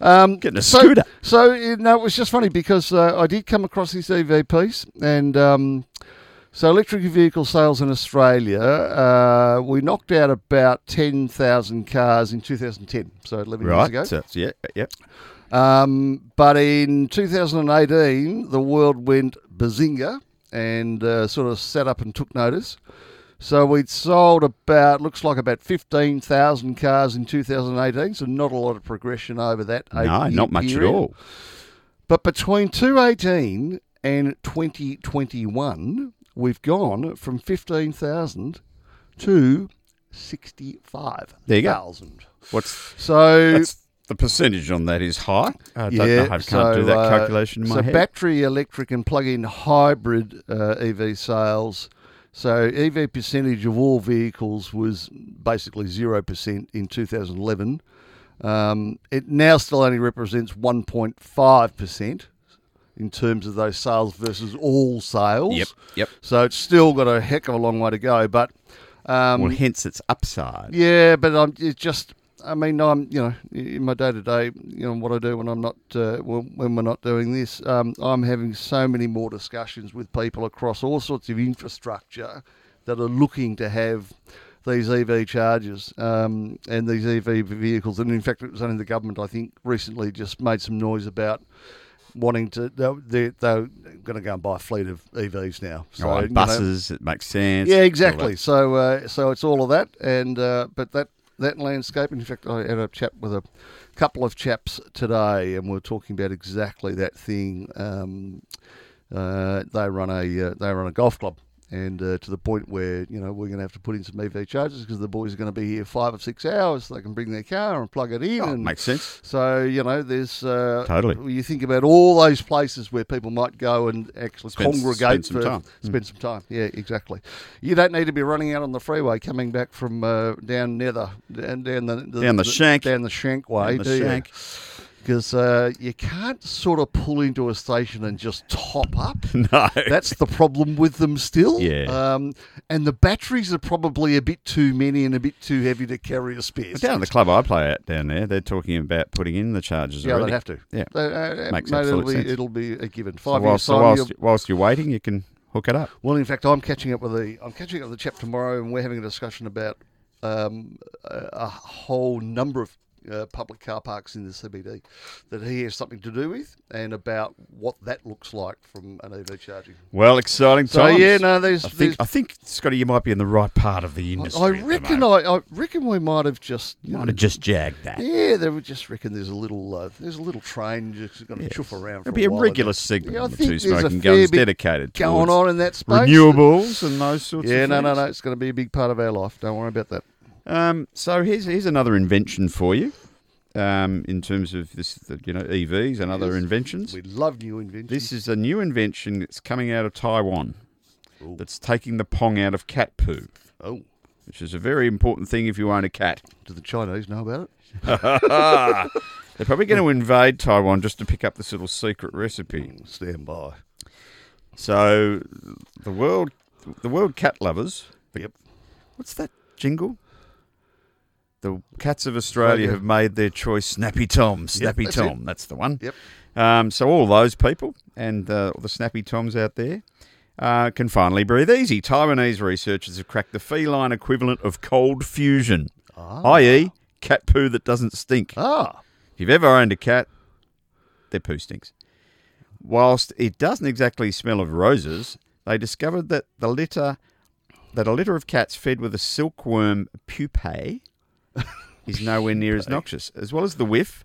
[SPEAKER 1] Um,
[SPEAKER 2] Getting a
[SPEAKER 1] so,
[SPEAKER 2] scooter.
[SPEAKER 1] So you know, it was just funny because uh, I did come across this EV piece, and um, so electric vehicle sales in Australia, uh, we knocked out about ten thousand cars in 2010, so 11
[SPEAKER 2] right.
[SPEAKER 1] years
[SPEAKER 2] So, yeah. Yep.
[SPEAKER 1] ago. Um, but in 2018, the world went bazinga and uh, sort of sat up and took notice. So we'd sold about looks like about 15,000 cars in 2018, so not a lot of progression over that.
[SPEAKER 2] No,
[SPEAKER 1] eight-year
[SPEAKER 2] not much at
[SPEAKER 1] period.
[SPEAKER 2] all.
[SPEAKER 1] But between 2018 and 2021, we've gone from 15,000 to 65,000.
[SPEAKER 2] There you go. What's
[SPEAKER 1] So,
[SPEAKER 2] that's, the percentage on that is high. I don't know.
[SPEAKER 1] yeah,
[SPEAKER 2] I can't
[SPEAKER 1] so,
[SPEAKER 2] do that
[SPEAKER 1] uh,
[SPEAKER 2] calculation in my
[SPEAKER 1] so
[SPEAKER 2] head.
[SPEAKER 1] battery, electric, and plug-in hybrid uh, EV sales. So EV percentage of all vehicles was basically zero percent in 2011. Um, it now still only represents 1.5 percent in terms of those sales versus all sales.
[SPEAKER 2] yep. Yep.
[SPEAKER 1] So it's still got a heck of a long way to go. But um,
[SPEAKER 2] well, hence its upside.
[SPEAKER 1] yeah, but I'm it's just. I mean, I'm you know in my day to day, you know what I do when I'm not uh, when when we're not doing this. Um, I'm having so many more discussions with people across all sorts of infrastructure that are looking to have these EV chargers um, and these EV vehicles. And in fact, it was only the government, I think, recently just made some noise about wanting to. They're, they're, they're going to go and buy a fleet of EVs now.
[SPEAKER 2] All right,
[SPEAKER 1] you know,
[SPEAKER 2] buses, it makes sense.
[SPEAKER 1] yeah,
[SPEAKER 2] all
[SPEAKER 1] exactly.
[SPEAKER 2] that.
[SPEAKER 1] So, uh, so it's all of that, and uh, but that that landscape. In fact, I had a chat with a couple of chaps today, and we are talking about exactly that thing. Um, uh, they run a uh, they run a golf club, and uh, to the point where you know we're going to have to put in some E EV chargers because the boys are going to be here five or six hours. So they can bring their car and plug it in,
[SPEAKER 2] Oh,
[SPEAKER 1] and
[SPEAKER 2] makes
[SPEAKER 1] (laughs)
[SPEAKER 2] sense. (laughs)
[SPEAKER 1] so you know, there's uh,
[SPEAKER 2] Totally.
[SPEAKER 1] You think about all those places where people might go and actually
[SPEAKER 2] Spend-
[SPEAKER 1] congregate
[SPEAKER 2] spend some
[SPEAKER 1] for
[SPEAKER 2] time. Mm.
[SPEAKER 1] spend some time. Yeah, exactly. You don't need to be running out on the freeway coming back from uh, down Nether and down the,
[SPEAKER 2] Down the shank.
[SPEAKER 1] down the Shank way,
[SPEAKER 2] Down the
[SPEAKER 1] do
[SPEAKER 2] shank.
[SPEAKER 1] Because uh, you can't sort of pull into a station and just top
[SPEAKER 2] (laughs)
[SPEAKER 1] up.
[SPEAKER 2] No.
[SPEAKER 1] That's the problem with them still.
[SPEAKER 2] Yeah.
[SPEAKER 1] Um, and the batteries are probably a bit too many and a bit too heavy to carry a spare.
[SPEAKER 2] But down at the club I play at down there, they're talking about putting in the charges
[SPEAKER 1] Yeah,
[SPEAKER 2] already.
[SPEAKER 1] they'd have to.
[SPEAKER 2] Yeah.
[SPEAKER 1] They- uh,
[SPEAKER 2] Makes
[SPEAKER 1] mate, it'll
[SPEAKER 2] absolute
[SPEAKER 1] be,
[SPEAKER 2] sense.
[SPEAKER 1] It'll be a given.
[SPEAKER 2] So
[SPEAKER 1] Five years
[SPEAKER 2] whilst, so
[SPEAKER 1] time.
[SPEAKER 2] whilst,
[SPEAKER 1] you'll-
[SPEAKER 2] whilst you're waiting, you can hook it up.
[SPEAKER 1] well, in fact, I'm catching up with the I'm catching up with the chap tomorrow, and we're having a discussion about um, a, a whole number of. Uh, public car parks in the CBD that he has something to do with, and about what that looks like from an EV charging.
[SPEAKER 2] Well, exciting
[SPEAKER 1] So
[SPEAKER 2] times.
[SPEAKER 1] yeah, no, there's,
[SPEAKER 2] I
[SPEAKER 1] there's
[SPEAKER 2] think, I think, Scotty, you might be in the right part of the industry.
[SPEAKER 1] I
[SPEAKER 2] at the
[SPEAKER 1] reckon
[SPEAKER 2] moment.
[SPEAKER 1] I, I reckon we might have just you
[SPEAKER 2] might
[SPEAKER 1] know,
[SPEAKER 2] have just jagged that.
[SPEAKER 1] yeah, they were just reckon there's a little uh, there's a little train just going to chuff around. For
[SPEAKER 2] There'll be a
[SPEAKER 1] while.
[SPEAKER 2] regular segment
[SPEAKER 1] Yeah, I
[SPEAKER 2] of the
[SPEAKER 1] think
[SPEAKER 2] two
[SPEAKER 1] there's a
[SPEAKER 2] smoking
[SPEAKER 1] fair
[SPEAKER 2] guns
[SPEAKER 1] bit
[SPEAKER 2] dedicated
[SPEAKER 1] going
[SPEAKER 2] towards
[SPEAKER 1] on in that space.
[SPEAKER 2] renewables and those sorts
[SPEAKER 1] Yeah,
[SPEAKER 2] of
[SPEAKER 1] no,
[SPEAKER 2] things.
[SPEAKER 1] no, no. It's going to be a big part of our life. Don't worry about that.
[SPEAKER 2] Um, so here's here's another invention for you, um, in terms of this, the, you know, EVs and
[SPEAKER 1] Yes.
[SPEAKER 2] other inventions.
[SPEAKER 1] We love new inventions.
[SPEAKER 2] This is a new invention that's coming out of Taiwan.
[SPEAKER 1] Ooh.
[SPEAKER 2] That's taking the pong out of cat poo,
[SPEAKER 1] oh,
[SPEAKER 2] which is a very important thing if you own a cat.
[SPEAKER 1] do the Chinese know about it?
[SPEAKER 2] They're probably going to invade Taiwan just to pick up this little secret recipe.
[SPEAKER 1] Mm, Stand by.
[SPEAKER 2] So the world, the world cat lovers.
[SPEAKER 1] Yep.
[SPEAKER 2] What's that jingle? The cats of Australia
[SPEAKER 1] Australia.
[SPEAKER 2] have made their choice. Snappy Tom, Snappy
[SPEAKER 1] that's
[SPEAKER 2] Tom. That's the one.
[SPEAKER 1] Yep.
[SPEAKER 2] Um, so all those people and uh, all the Snappy Toms out there uh, can finally breathe easy. Taiwanese researchers have cracked the feline equivalent of cold fusion,
[SPEAKER 1] Ah.
[SPEAKER 2] i.e., cat poo that doesn't stink.
[SPEAKER 1] ah.
[SPEAKER 2] If you've ever owned a cat, their poo stinks. Whilst it doesn't exactly smell of roses, they discovered that the litter that a litter of cats fed with a silkworm pupae is nowhere near as noxious, as well as the whiff.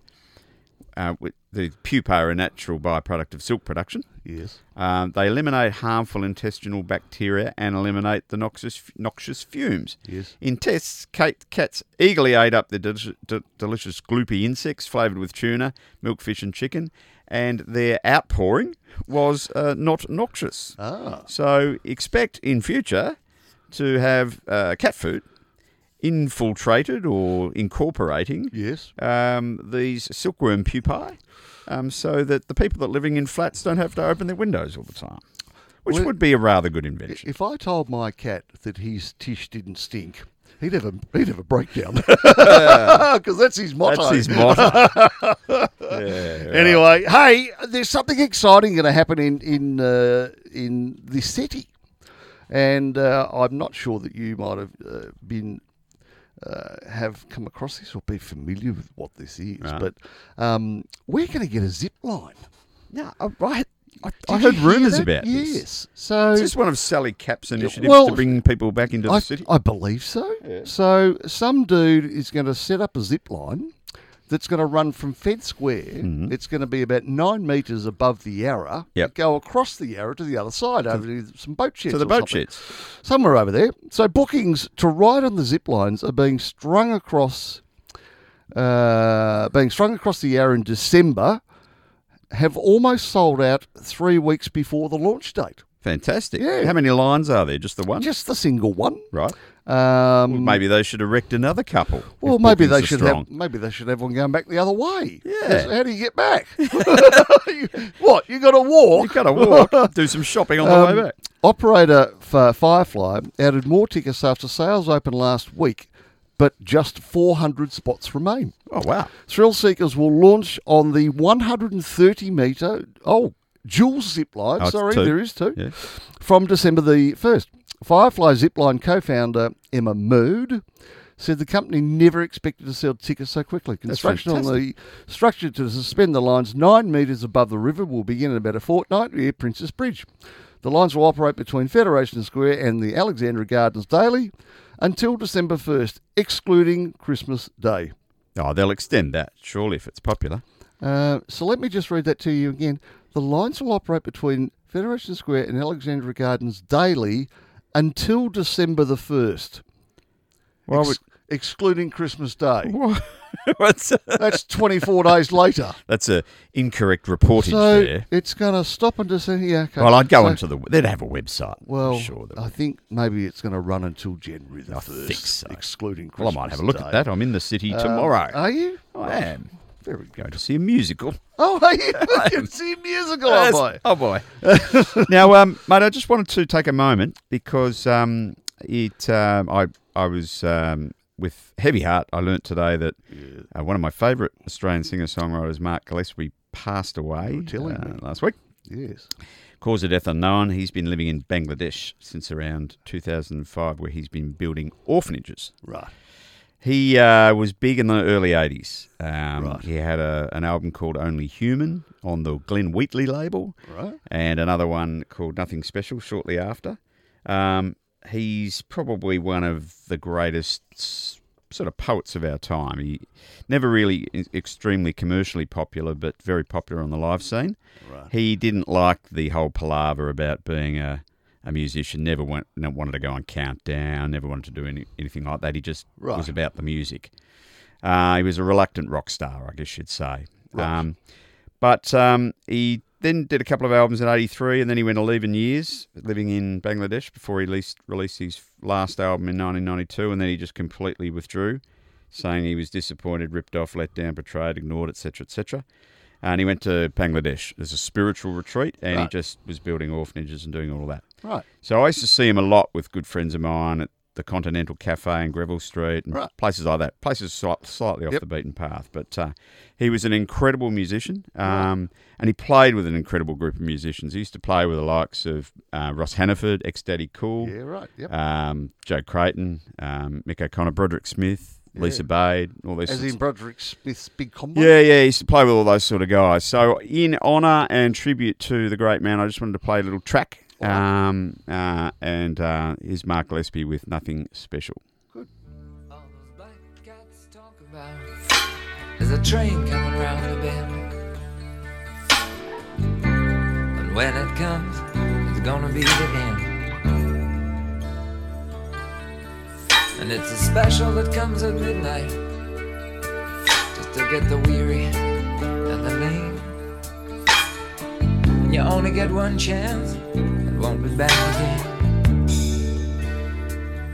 [SPEAKER 2] Uh, with- the pupae are a natural byproduct of silk production.
[SPEAKER 1] Yes.
[SPEAKER 2] Um, they eliminate harmful intestinal bacteria and eliminate the noxious noxious fumes.
[SPEAKER 1] Yes.
[SPEAKER 2] In tests, Kate, cats eagerly ate up the delici- d- delicious gloopy insects flavoured with tuna, milkfish, and chicken, and their outpouring was uh, not noxious.
[SPEAKER 1] Ah.
[SPEAKER 2] So expect in future to have uh, cat food infiltrated or incorporating
[SPEAKER 1] Yes.
[SPEAKER 2] um, these silkworm pupae um, so that the people that are living in flats don't have to open their windows all the time, which
[SPEAKER 1] Well-
[SPEAKER 2] would be a rather good invention.
[SPEAKER 1] If I told my cat that his tish didn't stink, he'd have a he'd have a breakdown (laughs) because that's his motto.
[SPEAKER 2] That's his motto.
[SPEAKER 1] (laughs) Anyway, hey, there's something exciting going to happen in in uh, in this city, and uh, I'm not sure that you might have uh, been uh, have come across this or be familiar with what this is,
[SPEAKER 2] Right.
[SPEAKER 1] but um, we're going to get a zip line.
[SPEAKER 2] No, I, I, I, I
[SPEAKER 1] Did you
[SPEAKER 2] heard
[SPEAKER 1] hear
[SPEAKER 2] rumours
[SPEAKER 1] that?
[SPEAKER 2] about
[SPEAKER 1] yes.
[SPEAKER 2] this.
[SPEAKER 1] So
[SPEAKER 2] Is this one of Sally Cap's initiatives
[SPEAKER 1] well,
[SPEAKER 2] to bring people back into the
[SPEAKER 1] I,
[SPEAKER 2] city?
[SPEAKER 1] I believe so. So some dude is going to set up a zip line that's going to run from Fed Square. It's going to be about nine metres above the Yarra.
[SPEAKER 2] Mm-hmm. Yep.
[SPEAKER 1] Go across the Yarra to the other side over to some boat sheds.
[SPEAKER 2] To the
[SPEAKER 1] or
[SPEAKER 2] boat
[SPEAKER 1] something.
[SPEAKER 2] sheds.
[SPEAKER 1] Somewhere over there. So bookings to ride on the zip lines are being strung across, uh, being strung across the Yarra in December. Have almost sold out three weeks before the launch date.
[SPEAKER 2] Fantastic.
[SPEAKER 1] Yeah.
[SPEAKER 2] How many lines are there? Just the one?
[SPEAKER 1] Just the single one.
[SPEAKER 2] right.
[SPEAKER 1] Um,
[SPEAKER 2] Maybe they should erect another couple.
[SPEAKER 1] Well,
[SPEAKER 2] if
[SPEAKER 1] maybe
[SPEAKER 2] bookings
[SPEAKER 1] they
[SPEAKER 2] are
[SPEAKER 1] should
[SPEAKER 2] strong.
[SPEAKER 1] have. Maybe they should have one going back the other way.
[SPEAKER 2] Yeah.
[SPEAKER 1] How do you get back? (laughs) You- what you got to
[SPEAKER 2] You've
[SPEAKER 1] walk?
[SPEAKER 2] got to walk, do some shopping on the
[SPEAKER 1] Um,
[SPEAKER 2] way back.
[SPEAKER 1] Operator for Firefly added more tickets after sales opened last week, but just 400 spots remain.
[SPEAKER 2] Oh, wow.
[SPEAKER 1] Thrill Seekers will launch on the 130 metre oh dual zip line.
[SPEAKER 2] Oh, it's
[SPEAKER 1] sorry,
[SPEAKER 2] two.
[SPEAKER 1] there is two
[SPEAKER 2] Yeah.
[SPEAKER 1] from December the first. Firefly Zipline co founder Emma Mood said the company never expected to sell tickets so quickly. Construction on the structure to suspend the lines nine metres above the river will begin in about a fortnight near Princess Bridge. The lines will operate between Federation Square and the Alexandra Gardens daily until December 1st, excluding Christmas Day.
[SPEAKER 2] Oh, they'll extend that, surely, if it's popular.
[SPEAKER 1] Uh, so let me just read that to you again. The lines will operate between Federation Square and Alexandra Gardens daily until December the 1st,
[SPEAKER 2] Why
[SPEAKER 1] ex-
[SPEAKER 2] would-
[SPEAKER 1] excluding Christmas
[SPEAKER 2] (laughs)
[SPEAKER 1] Day.
[SPEAKER 2] What's
[SPEAKER 1] That's 24 days later.
[SPEAKER 2] (laughs) That's a incorrect reportage
[SPEAKER 1] So
[SPEAKER 2] there.
[SPEAKER 1] it's going to stop and December. Yeah, okay.
[SPEAKER 2] Well, I'd go
[SPEAKER 1] So-
[SPEAKER 2] onto the. They'd have a website. I'm
[SPEAKER 1] Well,
[SPEAKER 2] sure. That,
[SPEAKER 1] I think maybe it's going to run until January the
[SPEAKER 2] I
[SPEAKER 1] 1st,
[SPEAKER 2] think so.
[SPEAKER 1] excluding
[SPEAKER 2] well, I
[SPEAKER 1] Christmas
[SPEAKER 2] might have a look
[SPEAKER 1] Day.
[SPEAKER 2] at that. I'm in the city
[SPEAKER 1] Um,
[SPEAKER 2] tomorrow.
[SPEAKER 1] are you?
[SPEAKER 2] I am
[SPEAKER 1] Very good.
[SPEAKER 2] going to see a musical.
[SPEAKER 1] Oh, are
[SPEAKER 2] (laughs)
[SPEAKER 1] you? (laughs) you can see a musical, oh
[SPEAKER 2] Yes.
[SPEAKER 1] boy.
[SPEAKER 2] Oh
[SPEAKER 1] (laughs)
[SPEAKER 2] boy. now, um, mate, I just wanted to take a moment because um, it um, I I was um, with heavy heart. I learnt today that uh, one of my favourite Australian singer songwriters, Mark Gillespie, passed away uh,
[SPEAKER 1] were telling me.
[SPEAKER 2] last week.
[SPEAKER 1] Yes.
[SPEAKER 2] Cause of death unknown. He's been living in Bangladesh since around 2005, where he's been building orphanages.
[SPEAKER 1] Right.
[SPEAKER 2] He uh, was big in the early 80s. Um,
[SPEAKER 1] Right.
[SPEAKER 2] He had a, an album called Only Human on the Glenn Wheatley label
[SPEAKER 1] Right.
[SPEAKER 2] and another one called Nothing Special shortly after. Um, he's probably one of the greatest s- sort of poets of our time. He never really e- extremely commercially popular, but very popular on the live scene.
[SPEAKER 1] Right.
[SPEAKER 2] He didn't like the whole palaver about being a, a musician. Never went, no- wanted to go on Countdown. Never wanted to do any, anything like that. He just
[SPEAKER 1] Right.
[SPEAKER 2] was about the music. Uh, he was a reluctant rock star, I guess you'd say.
[SPEAKER 1] Right.
[SPEAKER 2] Um, but um, he then did a couple of albums in '83, and then he went 11 years living in Bangladesh before he released, released his last album in 1992, and then he just completely withdrew, saying he was disappointed, ripped off, let down, betrayed, ignored, etc., etc. And he went to Bangladesh as a spiritual retreat, and he
[SPEAKER 1] Right.
[SPEAKER 2] just was building orphanages and doing all that.
[SPEAKER 1] Right.
[SPEAKER 2] So I used to see him a lot with good friends of mine at the Continental Cafe in Greville Street and
[SPEAKER 1] Right.
[SPEAKER 2] places like that, places sli- slightly off
[SPEAKER 1] Yep.
[SPEAKER 2] the beaten path. But uh, he was an incredible musician, um, and he played with an incredible group of musicians. He used to play with the likes of uh, Ross Hannaford, ex Daddy Cool,
[SPEAKER 1] Yeah, right. Yep.
[SPEAKER 2] um, Joe Creighton, um, Mick O'Connor, Broderick Smith, Lisa Bade, all these.
[SPEAKER 1] As
[SPEAKER 2] sorts
[SPEAKER 1] in Broderick Smith's big combo.
[SPEAKER 2] yeah, yeah, he used to play with all those sort of guys. So, in honour and tribute to the great man, I just wanted to play a little track. Um, uh, and uh, here's Mark Gillespie with Nothing Special.
[SPEAKER 3] All those black cats talk about is a train coming round the bend. And when it comes, it's gonna be the end. And it's a special that comes at midnight just to get the weary and the lame. And you only get one chance, it won't be back again.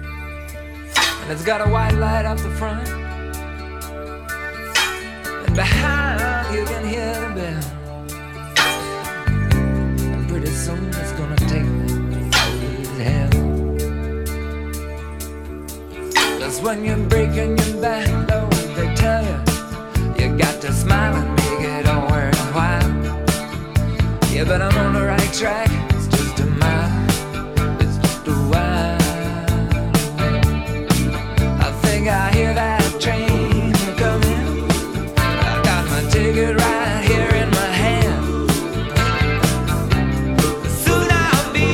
[SPEAKER 3] And it's got a white light up the front. And behind you can hear the bell. And pretty soon it's gonna take me to hell. That's when you're breaking your back low. They tell you you got to smile and make it all worthwhile. Yeah, but I'm on the right track. It's just a mile. It's just a while. I think I hear that train coming. I got my ticket right here in my hand. Soon I'll be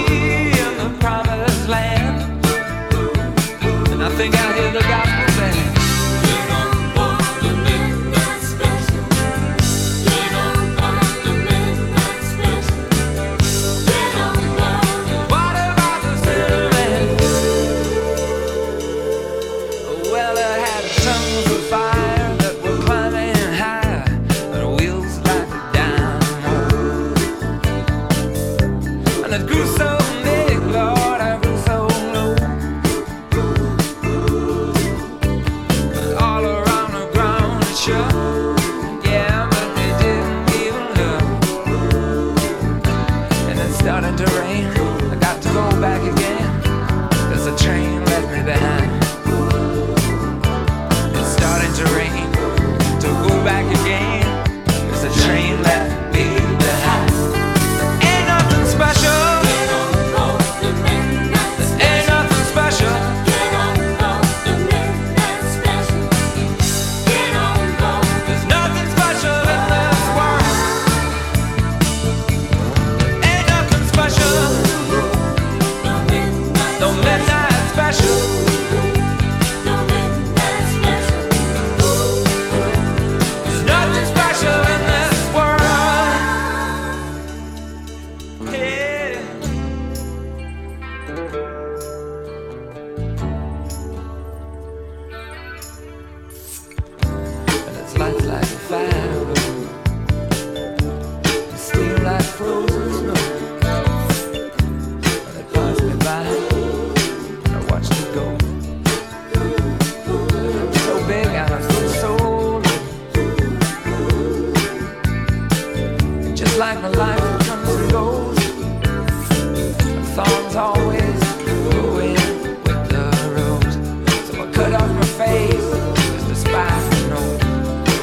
[SPEAKER 3] in the promised land. And I think I hear the gospel band. What about the sinner man? Well, it had tongues of fire that were climbing higher, and wheels like my life that comes and goes. And thorns always growing with the rose. So I cut off my face just to spite my nose.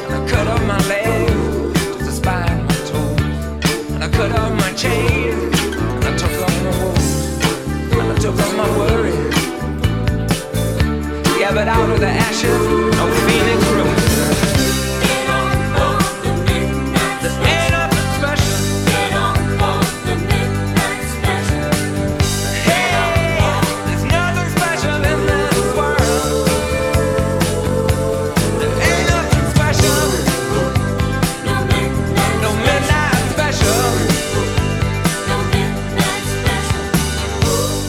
[SPEAKER 3] And I cut off my legs just to spite my toes. And I cut off my chains. And I took off my woes. And I took off my worries. Yeah, but out of the ashes, no phoenix rose. There ain't nothing special. There's nothing special in this world. There ain't nothing special. No midnight special.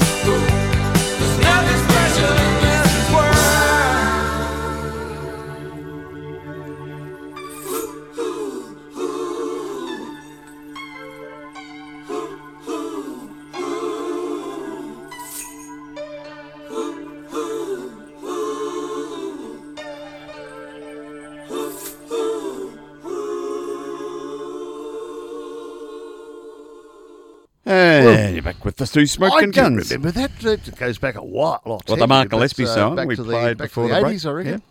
[SPEAKER 3] There's nothing special in this world.
[SPEAKER 2] And you're back with the two
[SPEAKER 1] I
[SPEAKER 2] smoking
[SPEAKER 1] do
[SPEAKER 2] guns.
[SPEAKER 1] remember that. That goes back a while. Well,
[SPEAKER 2] the Mark Gillespie song
[SPEAKER 1] uh, back
[SPEAKER 2] we
[SPEAKER 1] to the,
[SPEAKER 2] played
[SPEAKER 1] back
[SPEAKER 2] before
[SPEAKER 1] to the,
[SPEAKER 2] the break.
[SPEAKER 1] 80s, I reckon.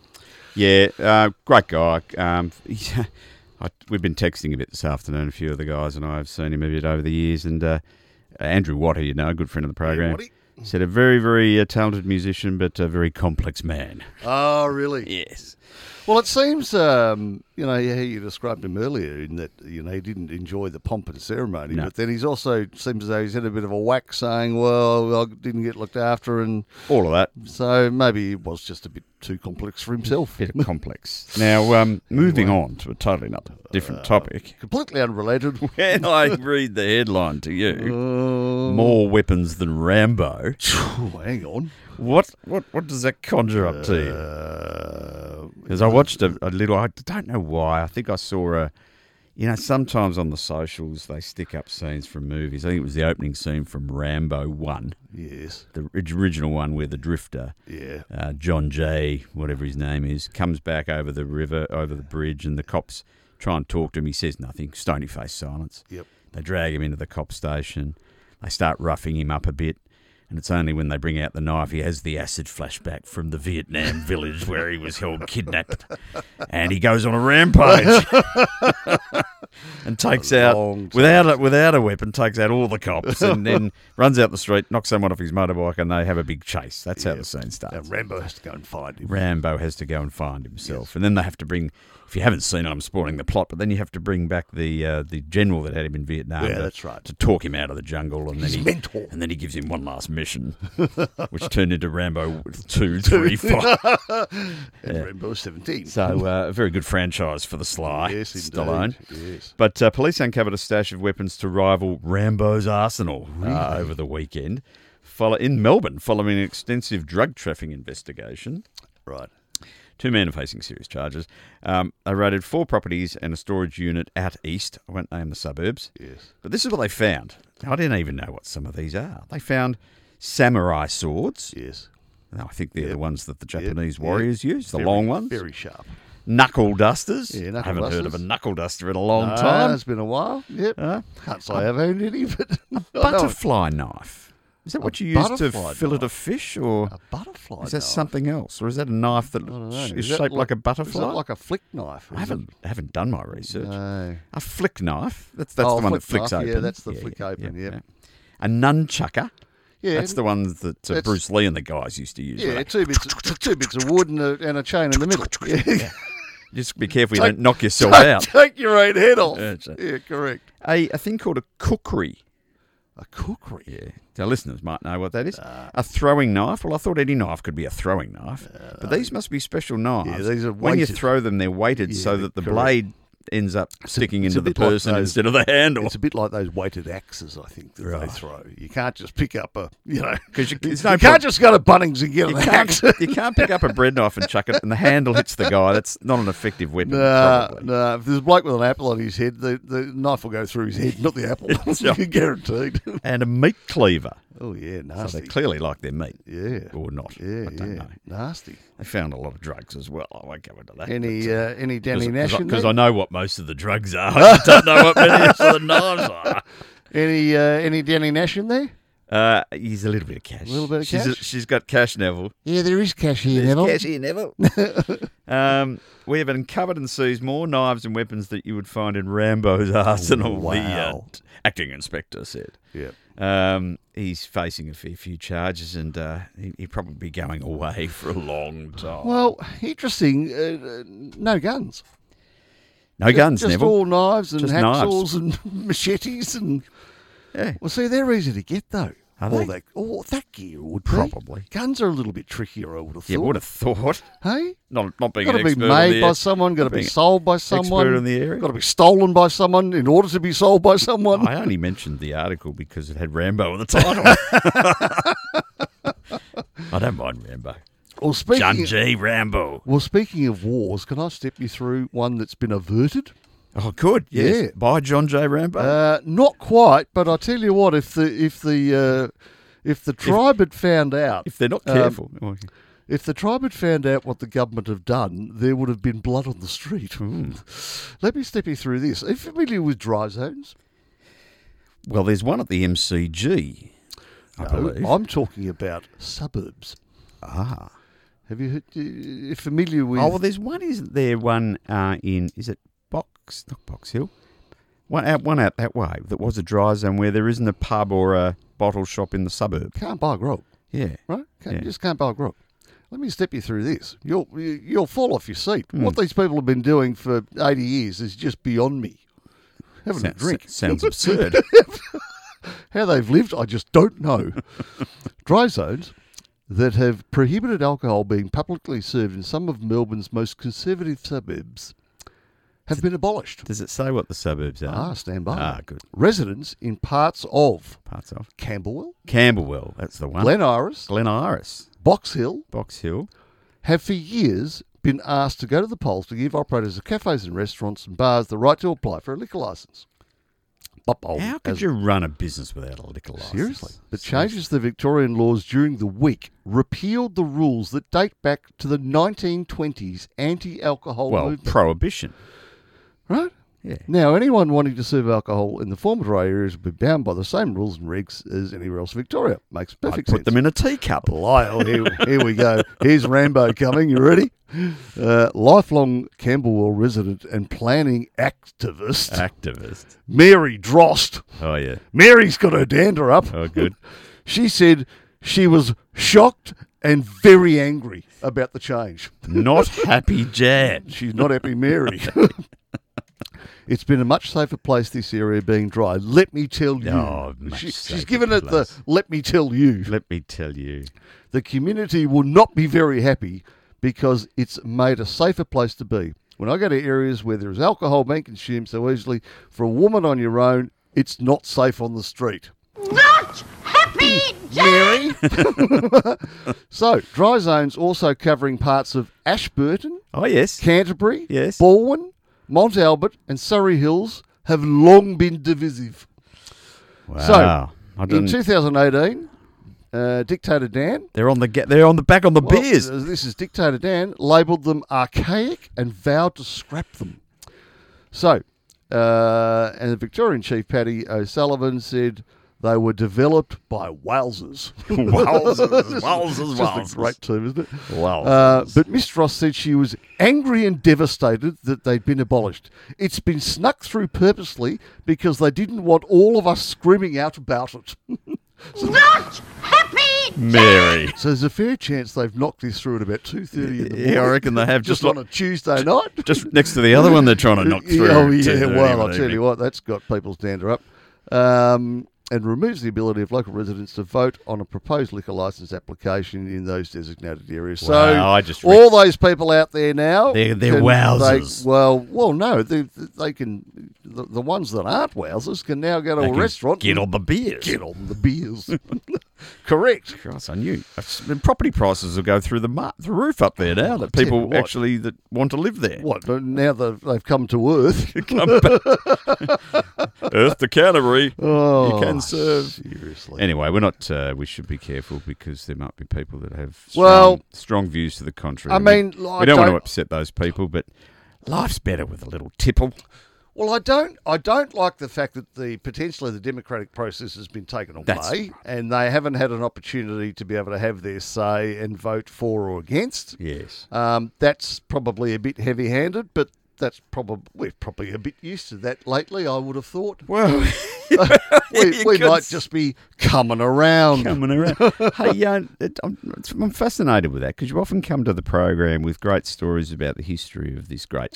[SPEAKER 2] Yeah, uh, great guy. Um, (laughs) I, we've been texting a bit this afternoon. A few of the guys and I have seen him a bit over the years. And uh, Andrew Watt, who you know, a good friend of the program,
[SPEAKER 1] Watty.
[SPEAKER 2] said a very, very uh, talented musician, but a very complex man.
[SPEAKER 1] Oh, really?
[SPEAKER 2] Yes.
[SPEAKER 1] Well, it seems, um, you know, how you described him earlier in that, you know, he didn't enjoy the pomp and ceremony,
[SPEAKER 2] No.
[SPEAKER 1] but then he's also seems as though he's had a bit of a whack saying, well, I didn't get looked after, and
[SPEAKER 2] All of that.
[SPEAKER 1] so maybe it was just a bit too complex for himself.
[SPEAKER 2] Bit of complex. Now, (laughs) um, moving on to a totally not different topic.
[SPEAKER 1] Completely unrelated.
[SPEAKER 2] Uh, (laughs)
[SPEAKER 1] (laughs)
[SPEAKER 2] Can I read the headline to you?
[SPEAKER 1] Uh,
[SPEAKER 2] More weapons than Rambo.
[SPEAKER 1] oh, hang on.
[SPEAKER 2] What what what does that conjure up to you?
[SPEAKER 1] Uh,
[SPEAKER 2] Because I watched a, a little. I don't know why. I think I saw a. You know, sometimes on the socials they stick up scenes from movies. I think it was the opening scene from Rambo One,
[SPEAKER 1] yes.
[SPEAKER 2] the orig- original one where the drifter,
[SPEAKER 1] Yeah.
[SPEAKER 2] uh, John Jay, whatever his name is, comes back over the river, over the bridge, and the cops try and talk to him. He says nothing. Stony face silence.
[SPEAKER 1] Yep.
[SPEAKER 2] They drag him into the cop station. They start roughing him up a bit. And it's only when they bring out the knife he has the acid flashback from
[SPEAKER 1] (laughs)
[SPEAKER 2] the Vietnam village where he was held kidnapped. And he goes on
[SPEAKER 1] (laughs)
[SPEAKER 2] a rampage and takes
[SPEAKER 1] A long
[SPEAKER 2] out, without a, without a weapon, takes out all the cops
[SPEAKER 1] (laughs)
[SPEAKER 2] and then runs out the street, knocks someone off his motorbike, and they have a big chase. That's how the scene starts.
[SPEAKER 1] And Rambo has to go and find him.
[SPEAKER 2] Rambo has to go and find himself, and then they have to bring. If you haven't seen it, I'm spoiling the plot, but then you have to bring back the uh, the general that had him in Vietnam.
[SPEAKER 1] Yeah,
[SPEAKER 2] to,
[SPEAKER 1] that's right.
[SPEAKER 2] To talk him out of the jungle, and
[SPEAKER 1] His
[SPEAKER 2] then he,
[SPEAKER 1] mentor.
[SPEAKER 2] and then he gives him one
[SPEAKER 1] (laughs)
[SPEAKER 2] last mission, which turned into Rambo two, three, five.
[SPEAKER 1] And Rambo 17.
[SPEAKER 2] So uh, a very good franchise for the Sly
[SPEAKER 1] yes, indeed.
[SPEAKER 2] Stallone.
[SPEAKER 1] Yes.
[SPEAKER 2] But uh, police uncovered a stash of weapons to rival Rambo's arsenal
[SPEAKER 1] Ah.
[SPEAKER 2] uh, over the weekend, follow, in Melbourne, following an extensive drug trafficking investigation.
[SPEAKER 1] Right.
[SPEAKER 2] Two men are facing serious charges. Um, they raided four properties and a storage unit out east. I won't name the suburbs.
[SPEAKER 1] Yes.
[SPEAKER 2] But this is what they found. I didn't even know what some of these are. They found samurai swords.
[SPEAKER 1] Yes.
[SPEAKER 2] Now, I think they're the ones that the
[SPEAKER 1] Yep,
[SPEAKER 2] Japanese
[SPEAKER 1] yep.
[SPEAKER 2] warriors use, the
[SPEAKER 1] Very-
[SPEAKER 2] long ones.
[SPEAKER 1] Very sharp.
[SPEAKER 2] Knuckle dusters.
[SPEAKER 1] Yeah, knuckle
[SPEAKER 2] I haven't heard of a
[SPEAKER 1] dusters.
[SPEAKER 2] knuckle duster in a long
[SPEAKER 1] No,
[SPEAKER 2] time.
[SPEAKER 1] Uh, It's been a while. Yep.
[SPEAKER 2] Uh,
[SPEAKER 1] Can't say I've owned any, but (laughs) I know it.
[SPEAKER 2] butterfly knife. Is that what you use to
[SPEAKER 1] butterfly
[SPEAKER 2] fillet a
[SPEAKER 1] knife.
[SPEAKER 2] fish, or
[SPEAKER 1] a butterfly.
[SPEAKER 2] is that
[SPEAKER 1] knife.
[SPEAKER 2] something else, or is that a knife that
[SPEAKER 1] I don't know.
[SPEAKER 2] is
[SPEAKER 1] Is that
[SPEAKER 2] shaped like, a butterfly?
[SPEAKER 1] Is that like a flick knife? Is
[SPEAKER 2] I haven't
[SPEAKER 1] it?
[SPEAKER 2] haven't done my research.
[SPEAKER 1] No.
[SPEAKER 2] A flick knife. That's that's
[SPEAKER 1] Oh,
[SPEAKER 2] the one that
[SPEAKER 1] flick
[SPEAKER 2] flicks
[SPEAKER 1] knife.
[SPEAKER 2] open.
[SPEAKER 1] Yeah, that's the flick open, yep.
[SPEAKER 2] A nunchucker.
[SPEAKER 1] Yeah.
[SPEAKER 2] that's the one that uh,
[SPEAKER 1] That's-
[SPEAKER 2] Bruce Lee and the guys used to use.
[SPEAKER 1] Yeah,
[SPEAKER 2] right?
[SPEAKER 1] two bits, two bits of wood and a, and a chain in the
[SPEAKER 2] (laughs)
[SPEAKER 1] middle. Yeah.
[SPEAKER 2] Just be careful you
[SPEAKER 1] Take-
[SPEAKER 2] don't knock
[SPEAKER 1] (laughs)
[SPEAKER 2] yourself out.
[SPEAKER 1] Take your own head off.
[SPEAKER 2] That's it.
[SPEAKER 1] Yeah, correct.
[SPEAKER 2] A, a thing called a cookery.
[SPEAKER 1] A cookery.
[SPEAKER 2] Yeah. Our listeners might know what that is.
[SPEAKER 1] Uh.
[SPEAKER 2] a throwing knife. Well, I thought any knife could be a throwing knife, but these must be special knives.
[SPEAKER 1] Uh, these are
[SPEAKER 2] when you
[SPEAKER 1] weighted.
[SPEAKER 2] throw them, they're weighted so
[SPEAKER 1] they're
[SPEAKER 2] that the
[SPEAKER 1] correct.
[SPEAKER 2] blade ends up sticking
[SPEAKER 1] it's a
[SPEAKER 2] into the
[SPEAKER 1] bit like
[SPEAKER 2] person
[SPEAKER 1] those-
[SPEAKER 2] instead of the handle.
[SPEAKER 1] It's a bit like those weighted axes, I think, that
[SPEAKER 2] Right.
[SPEAKER 1] they throw. You can't just pick up a, you know,
[SPEAKER 2] 'Cause you- it's
[SPEAKER 1] you
[SPEAKER 2] no point-
[SPEAKER 1] can't just go to Bunnings and get
[SPEAKER 2] You
[SPEAKER 1] an axe.
[SPEAKER 2] can't,
[SPEAKER 1] (laughs)
[SPEAKER 2] you can't pick up a bread knife and chuck it, and the handle hits the guy. That's not an effective weapon.
[SPEAKER 1] No,
[SPEAKER 2] (laughs) probably.
[SPEAKER 1] no. If there's a bloke with an apple on his (laughs)
[SPEAKER 2] (laughs)
[SPEAKER 1] head, the, the knife will go through his head, not the apple.
[SPEAKER 2] It's right. (laughs)
[SPEAKER 1] Guaranteed.
[SPEAKER 2] And a meat cleaver.
[SPEAKER 1] Oh yeah,
[SPEAKER 2] So they
[SPEAKER 1] nasty.
[SPEAKER 2] clearly like their meat.
[SPEAKER 1] yeah,
[SPEAKER 2] Or not.
[SPEAKER 1] Yeah,
[SPEAKER 2] I don't
[SPEAKER 1] yeah,
[SPEAKER 2] know.
[SPEAKER 1] nasty.
[SPEAKER 2] They found a lot of drugs as well. I won't go into that.
[SPEAKER 1] Any uh, any Danny Nash? in
[SPEAKER 2] Because I,
[SPEAKER 1] there?
[SPEAKER 2] know what most of the drugs are. (laughs) I just don't know what most of the knives
[SPEAKER 1] (laughs)
[SPEAKER 2] are.
[SPEAKER 1] any uh, any Danny Nash in there?
[SPEAKER 2] Uh, he's a little bit of cash.
[SPEAKER 1] Little bit of
[SPEAKER 2] she's
[SPEAKER 1] cash?
[SPEAKER 2] she's got cash, Neville.
[SPEAKER 1] Yeah, there is cash here, Neville.
[SPEAKER 2] Cash here, Neville.
[SPEAKER 1] (laughs)
[SPEAKER 2] um, we have uncovered and seized more knives and weapons that you would find in Rambo's arsenal. The uh,
[SPEAKER 1] Wow.
[SPEAKER 2] t- acting inspector said.
[SPEAKER 1] Yeah.
[SPEAKER 2] Um, he's facing a fair few charges, and uh, he, he'd probably be going away for a long time.
[SPEAKER 1] Well, interesting. Uh, uh, no guns.
[SPEAKER 2] no guns,
[SPEAKER 1] Just
[SPEAKER 2] Neville.
[SPEAKER 1] all knives and
[SPEAKER 2] Just
[SPEAKER 1] hacksaws and (laughs) machetes and.
[SPEAKER 2] Yeah.
[SPEAKER 1] Well, see, they're easy to get though.
[SPEAKER 2] Are
[SPEAKER 1] all
[SPEAKER 2] they?
[SPEAKER 1] that all that gear would be.
[SPEAKER 2] Probably.
[SPEAKER 1] Guns are a little bit trickier. I would have
[SPEAKER 2] yeah,
[SPEAKER 1] thought.
[SPEAKER 2] would have thought. (laughs)
[SPEAKER 1] Hey,
[SPEAKER 2] Not not being
[SPEAKER 1] got to
[SPEAKER 2] an
[SPEAKER 1] be
[SPEAKER 2] expert on
[SPEAKER 1] made
[SPEAKER 2] the-
[SPEAKER 1] by someone. Got to be
[SPEAKER 2] being
[SPEAKER 1] sold by someone.
[SPEAKER 2] in the area.
[SPEAKER 1] Got to be stolen by someone in order to be sold by someone.
[SPEAKER 2] (laughs) I only mentioned the article because it had Rambo in
[SPEAKER 1] (laughs)
[SPEAKER 2] the title. (laughs) I don't mind Rambo.
[SPEAKER 1] well, speaking.
[SPEAKER 2] John G. Rambo.
[SPEAKER 1] well, speaking of wars, can I step you through one that's been averted?
[SPEAKER 2] Oh, good. Yes.
[SPEAKER 1] Yeah.
[SPEAKER 2] By John J. Rambo.
[SPEAKER 1] Uh, not quite, but I tell you what, if the if the uh, if the tribe had found out,
[SPEAKER 2] if they're not
[SPEAKER 1] um,
[SPEAKER 2] careful. Oh,
[SPEAKER 1] if the tribe had found out what the government have done, there would have been blood on the street.
[SPEAKER 2] Hmm.
[SPEAKER 1] (laughs) Let me step you through this. Are you familiar with dry zones?
[SPEAKER 2] well, there's one at the MCG, I believe.
[SPEAKER 1] I'm talking about suburbs.
[SPEAKER 2] ah.
[SPEAKER 1] Have you heard- you familiar with?
[SPEAKER 2] Oh, well, there's one, isn't there? One uh, in, is it Box? Not Box Hill. One out, one out that way that was a dry zone where there isn't a pub or a bottle shop in the suburb.
[SPEAKER 1] can't buy grog,
[SPEAKER 2] Yeah.
[SPEAKER 1] right? Can't, You
[SPEAKER 2] Yeah.
[SPEAKER 1] just can't buy grog. Let me step you through this. You'll you- you'll fall off your seat.
[SPEAKER 2] Hmm.
[SPEAKER 1] What these people have been doing for eighty years is just beyond me. Having a
[SPEAKER 2] Sounds-
[SPEAKER 1] drink.
[SPEAKER 2] (laughs) Sounds absurd.
[SPEAKER 1] How they've lived, I just don't
[SPEAKER 2] (laughs)
[SPEAKER 1] know. Dry zones that have prohibited alcohol being publicly served in some of Melbourne's most conservative suburbs have been abolished.
[SPEAKER 2] Does it say what the suburbs are?
[SPEAKER 1] Ah, stand by.
[SPEAKER 2] Ah, good.
[SPEAKER 1] Residents in parts of
[SPEAKER 2] Parts of
[SPEAKER 1] Camberwell,
[SPEAKER 2] Camberwell. That's the one.
[SPEAKER 1] Glen Iris,
[SPEAKER 2] Glen Iris,
[SPEAKER 1] Box Hill
[SPEAKER 2] Box Hill.
[SPEAKER 1] have for years been asked to go to the polls to give operators of cafes and restaurants and bars the right to apply for a liquor license. But bold
[SPEAKER 2] How
[SPEAKER 1] as
[SPEAKER 2] could you run a business without a liquor license?
[SPEAKER 1] Seriously. The
[SPEAKER 2] Oh, Seriously.
[SPEAKER 1] changes to the Victorian laws during the week repealed the rules that date back to the 1920s anti alcohol
[SPEAKER 2] Well, (laughs)
[SPEAKER 1] movement.
[SPEAKER 2] prohibition.
[SPEAKER 1] right?
[SPEAKER 2] Yeah.
[SPEAKER 1] Now, anyone wanting to serve alcohol in the former dry areas would be bound by the same rules and regs as anywhere else in Victoria. Makes
[SPEAKER 2] I'd
[SPEAKER 1] perfect
[SPEAKER 2] put
[SPEAKER 1] sense.
[SPEAKER 2] them in a teacup.
[SPEAKER 1] Lyle, here, here we go. Here's Rambo coming. You ready? Uh, lifelong Camberwell resident and planning activist,
[SPEAKER 2] Activist.
[SPEAKER 1] Mary Drost.
[SPEAKER 2] Oh yeah.
[SPEAKER 1] Mary's got her dander up.
[SPEAKER 2] Oh good.
[SPEAKER 1] She said she was shocked and very angry about the change.
[SPEAKER 2] Not happy Jan.
[SPEAKER 1] She's not happy,
[SPEAKER 2] (laughs)
[SPEAKER 1] Mary. it's been a much safer place, this area being dry. Let me tell you.
[SPEAKER 2] Oh, much
[SPEAKER 1] she's
[SPEAKER 2] safer
[SPEAKER 1] given it the
[SPEAKER 2] place.
[SPEAKER 1] let me tell you.
[SPEAKER 2] Let me tell you.
[SPEAKER 1] The community will not be very happy because it's made a safer place to be. When I go to areas where there is alcohol being consumed so easily, for a woman on your own, it's not safe on the street.
[SPEAKER 4] Not happy
[SPEAKER 1] Mary. (laughs) so, dry zones also covering parts of Ashburton,
[SPEAKER 2] Oh yes.
[SPEAKER 1] Canterbury,
[SPEAKER 2] Yes.
[SPEAKER 1] Baldwin, Mont Albert, and Surrey Hills have long been divisive.
[SPEAKER 2] Wow. I
[SPEAKER 1] In
[SPEAKER 2] didn't,
[SPEAKER 1] 2018, uh, Dictator Dan,
[SPEAKER 2] they're on the ga- they're on the back on the
[SPEAKER 1] well,
[SPEAKER 2] beers.
[SPEAKER 1] uh, this is Dictator Dan, labelled them archaic and vowed to scrap them. So, uh, and the Victorian Chief Paddy O'Sullivan said they were developed by (laughs) Walsers.
[SPEAKER 2] (laughs) Wowzers, wowzers,
[SPEAKER 1] Just a
[SPEAKER 2] wowzers.
[SPEAKER 1] great term, isn't it?
[SPEAKER 2] Wow.
[SPEAKER 1] Uh, but Miss Ross said she was angry and devastated that they'd been abolished. It's been snuck through purposely because they didn't want all of us screaming out about
[SPEAKER 2] (laughs)
[SPEAKER 1] it.
[SPEAKER 4] Not happy
[SPEAKER 2] Mary.
[SPEAKER 1] So there's a fair chance they've knocked this through at about two thirty in the morning.
[SPEAKER 2] Yeah, I reckon they have
[SPEAKER 1] just
[SPEAKER 2] just
[SPEAKER 1] on
[SPEAKER 2] lo-
[SPEAKER 1] a Tuesday night.
[SPEAKER 2] just next to the other one they're trying to knock through.
[SPEAKER 1] Oh
[SPEAKER 2] to
[SPEAKER 1] yeah,
[SPEAKER 2] the
[SPEAKER 1] well I'll
[SPEAKER 2] evening.
[SPEAKER 1] tell you what, that's got people's dander up, um, and removes the ability of local residents to vote on a proposed liquor license application in those designated areas. so
[SPEAKER 2] Wow, I just re-
[SPEAKER 1] all those people out there now,
[SPEAKER 2] They're- they're
[SPEAKER 1] can-
[SPEAKER 2] wowsers.
[SPEAKER 1] They, well, well, no, they, they can. The, the ones that aren't wowsers can now go to
[SPEAKER 2] They
[SPEAKER 1] a
[SPEAKER 2] can
[SPEAKER 1] restaurant.
[SPEAKER 2] Get
[SPEAKER 1] and
[SPEAKER 2] on the beers.
[SPEAKER 1] get on the beers. (laughs) Correct.
[SPEAKER 2] Christ, I knew. That's- the property prices will go through the, mar- the roof up there now. That
[SPEAKER 1] tell you
[SPEAKER 2] people
[SPEAKER 1] what.
[SPEAKER 2] actually that want to live there. (laughs)
[SPEAKER 1] What? Now that they've come to Earth,
[SPEAKER 2] Come back. Earth to Canterbury.
[SPEAKER 1] Oh,
[SPEAKER 2] you can serve.
[SPEAKER 1] Seriously.
[SPEAKER 2] Anyway, we're not. Uh, we should be careful because there might be people that have strong,
[SPEAKER 1] Well-
[SPEAKER 2] strong views to the contrary.
[SPEAKER 1] I mean,
[SPEAKER 2] we,
[SPEAKER 1] I
[SPEAKER 2] we don't, want to
[SPEAKER 1] don't-
[SPEAKER 2] upset those people, but life's better with a little tipple.
[SPEAKER 1] Well, I don't. I don't like the fact that the potentially the democratic process has been taken away,
[SPEAKER 2] That's-
[SPEAKER 1] and they haven't had an opportunity to be able to have their say and vote for or against.
[SPEAKER 2] Yes.
[SPEAKER 1] Um, that's probably a bit heavy-handed, but that's probably we're probably a bit used to that lately. I would have
[SPEAKER 2] (laughs)
[SPEAKER 1] thought
[SPEAKER 2] Well,
[SPEAKER 1] we,
[SPEAKER 2] You
[SPEAKER 1] we
[SPEAKER 2] could
[SPEAKER 1] might
[SPEAKER 2] s-
[SPEAKER 1] just be coming around. (laughs)
[SPEAKER 2] coming around. hey, yeah, it, I'm, it's- I'm fascinated with that because you often come to the program with great stories about the history of this great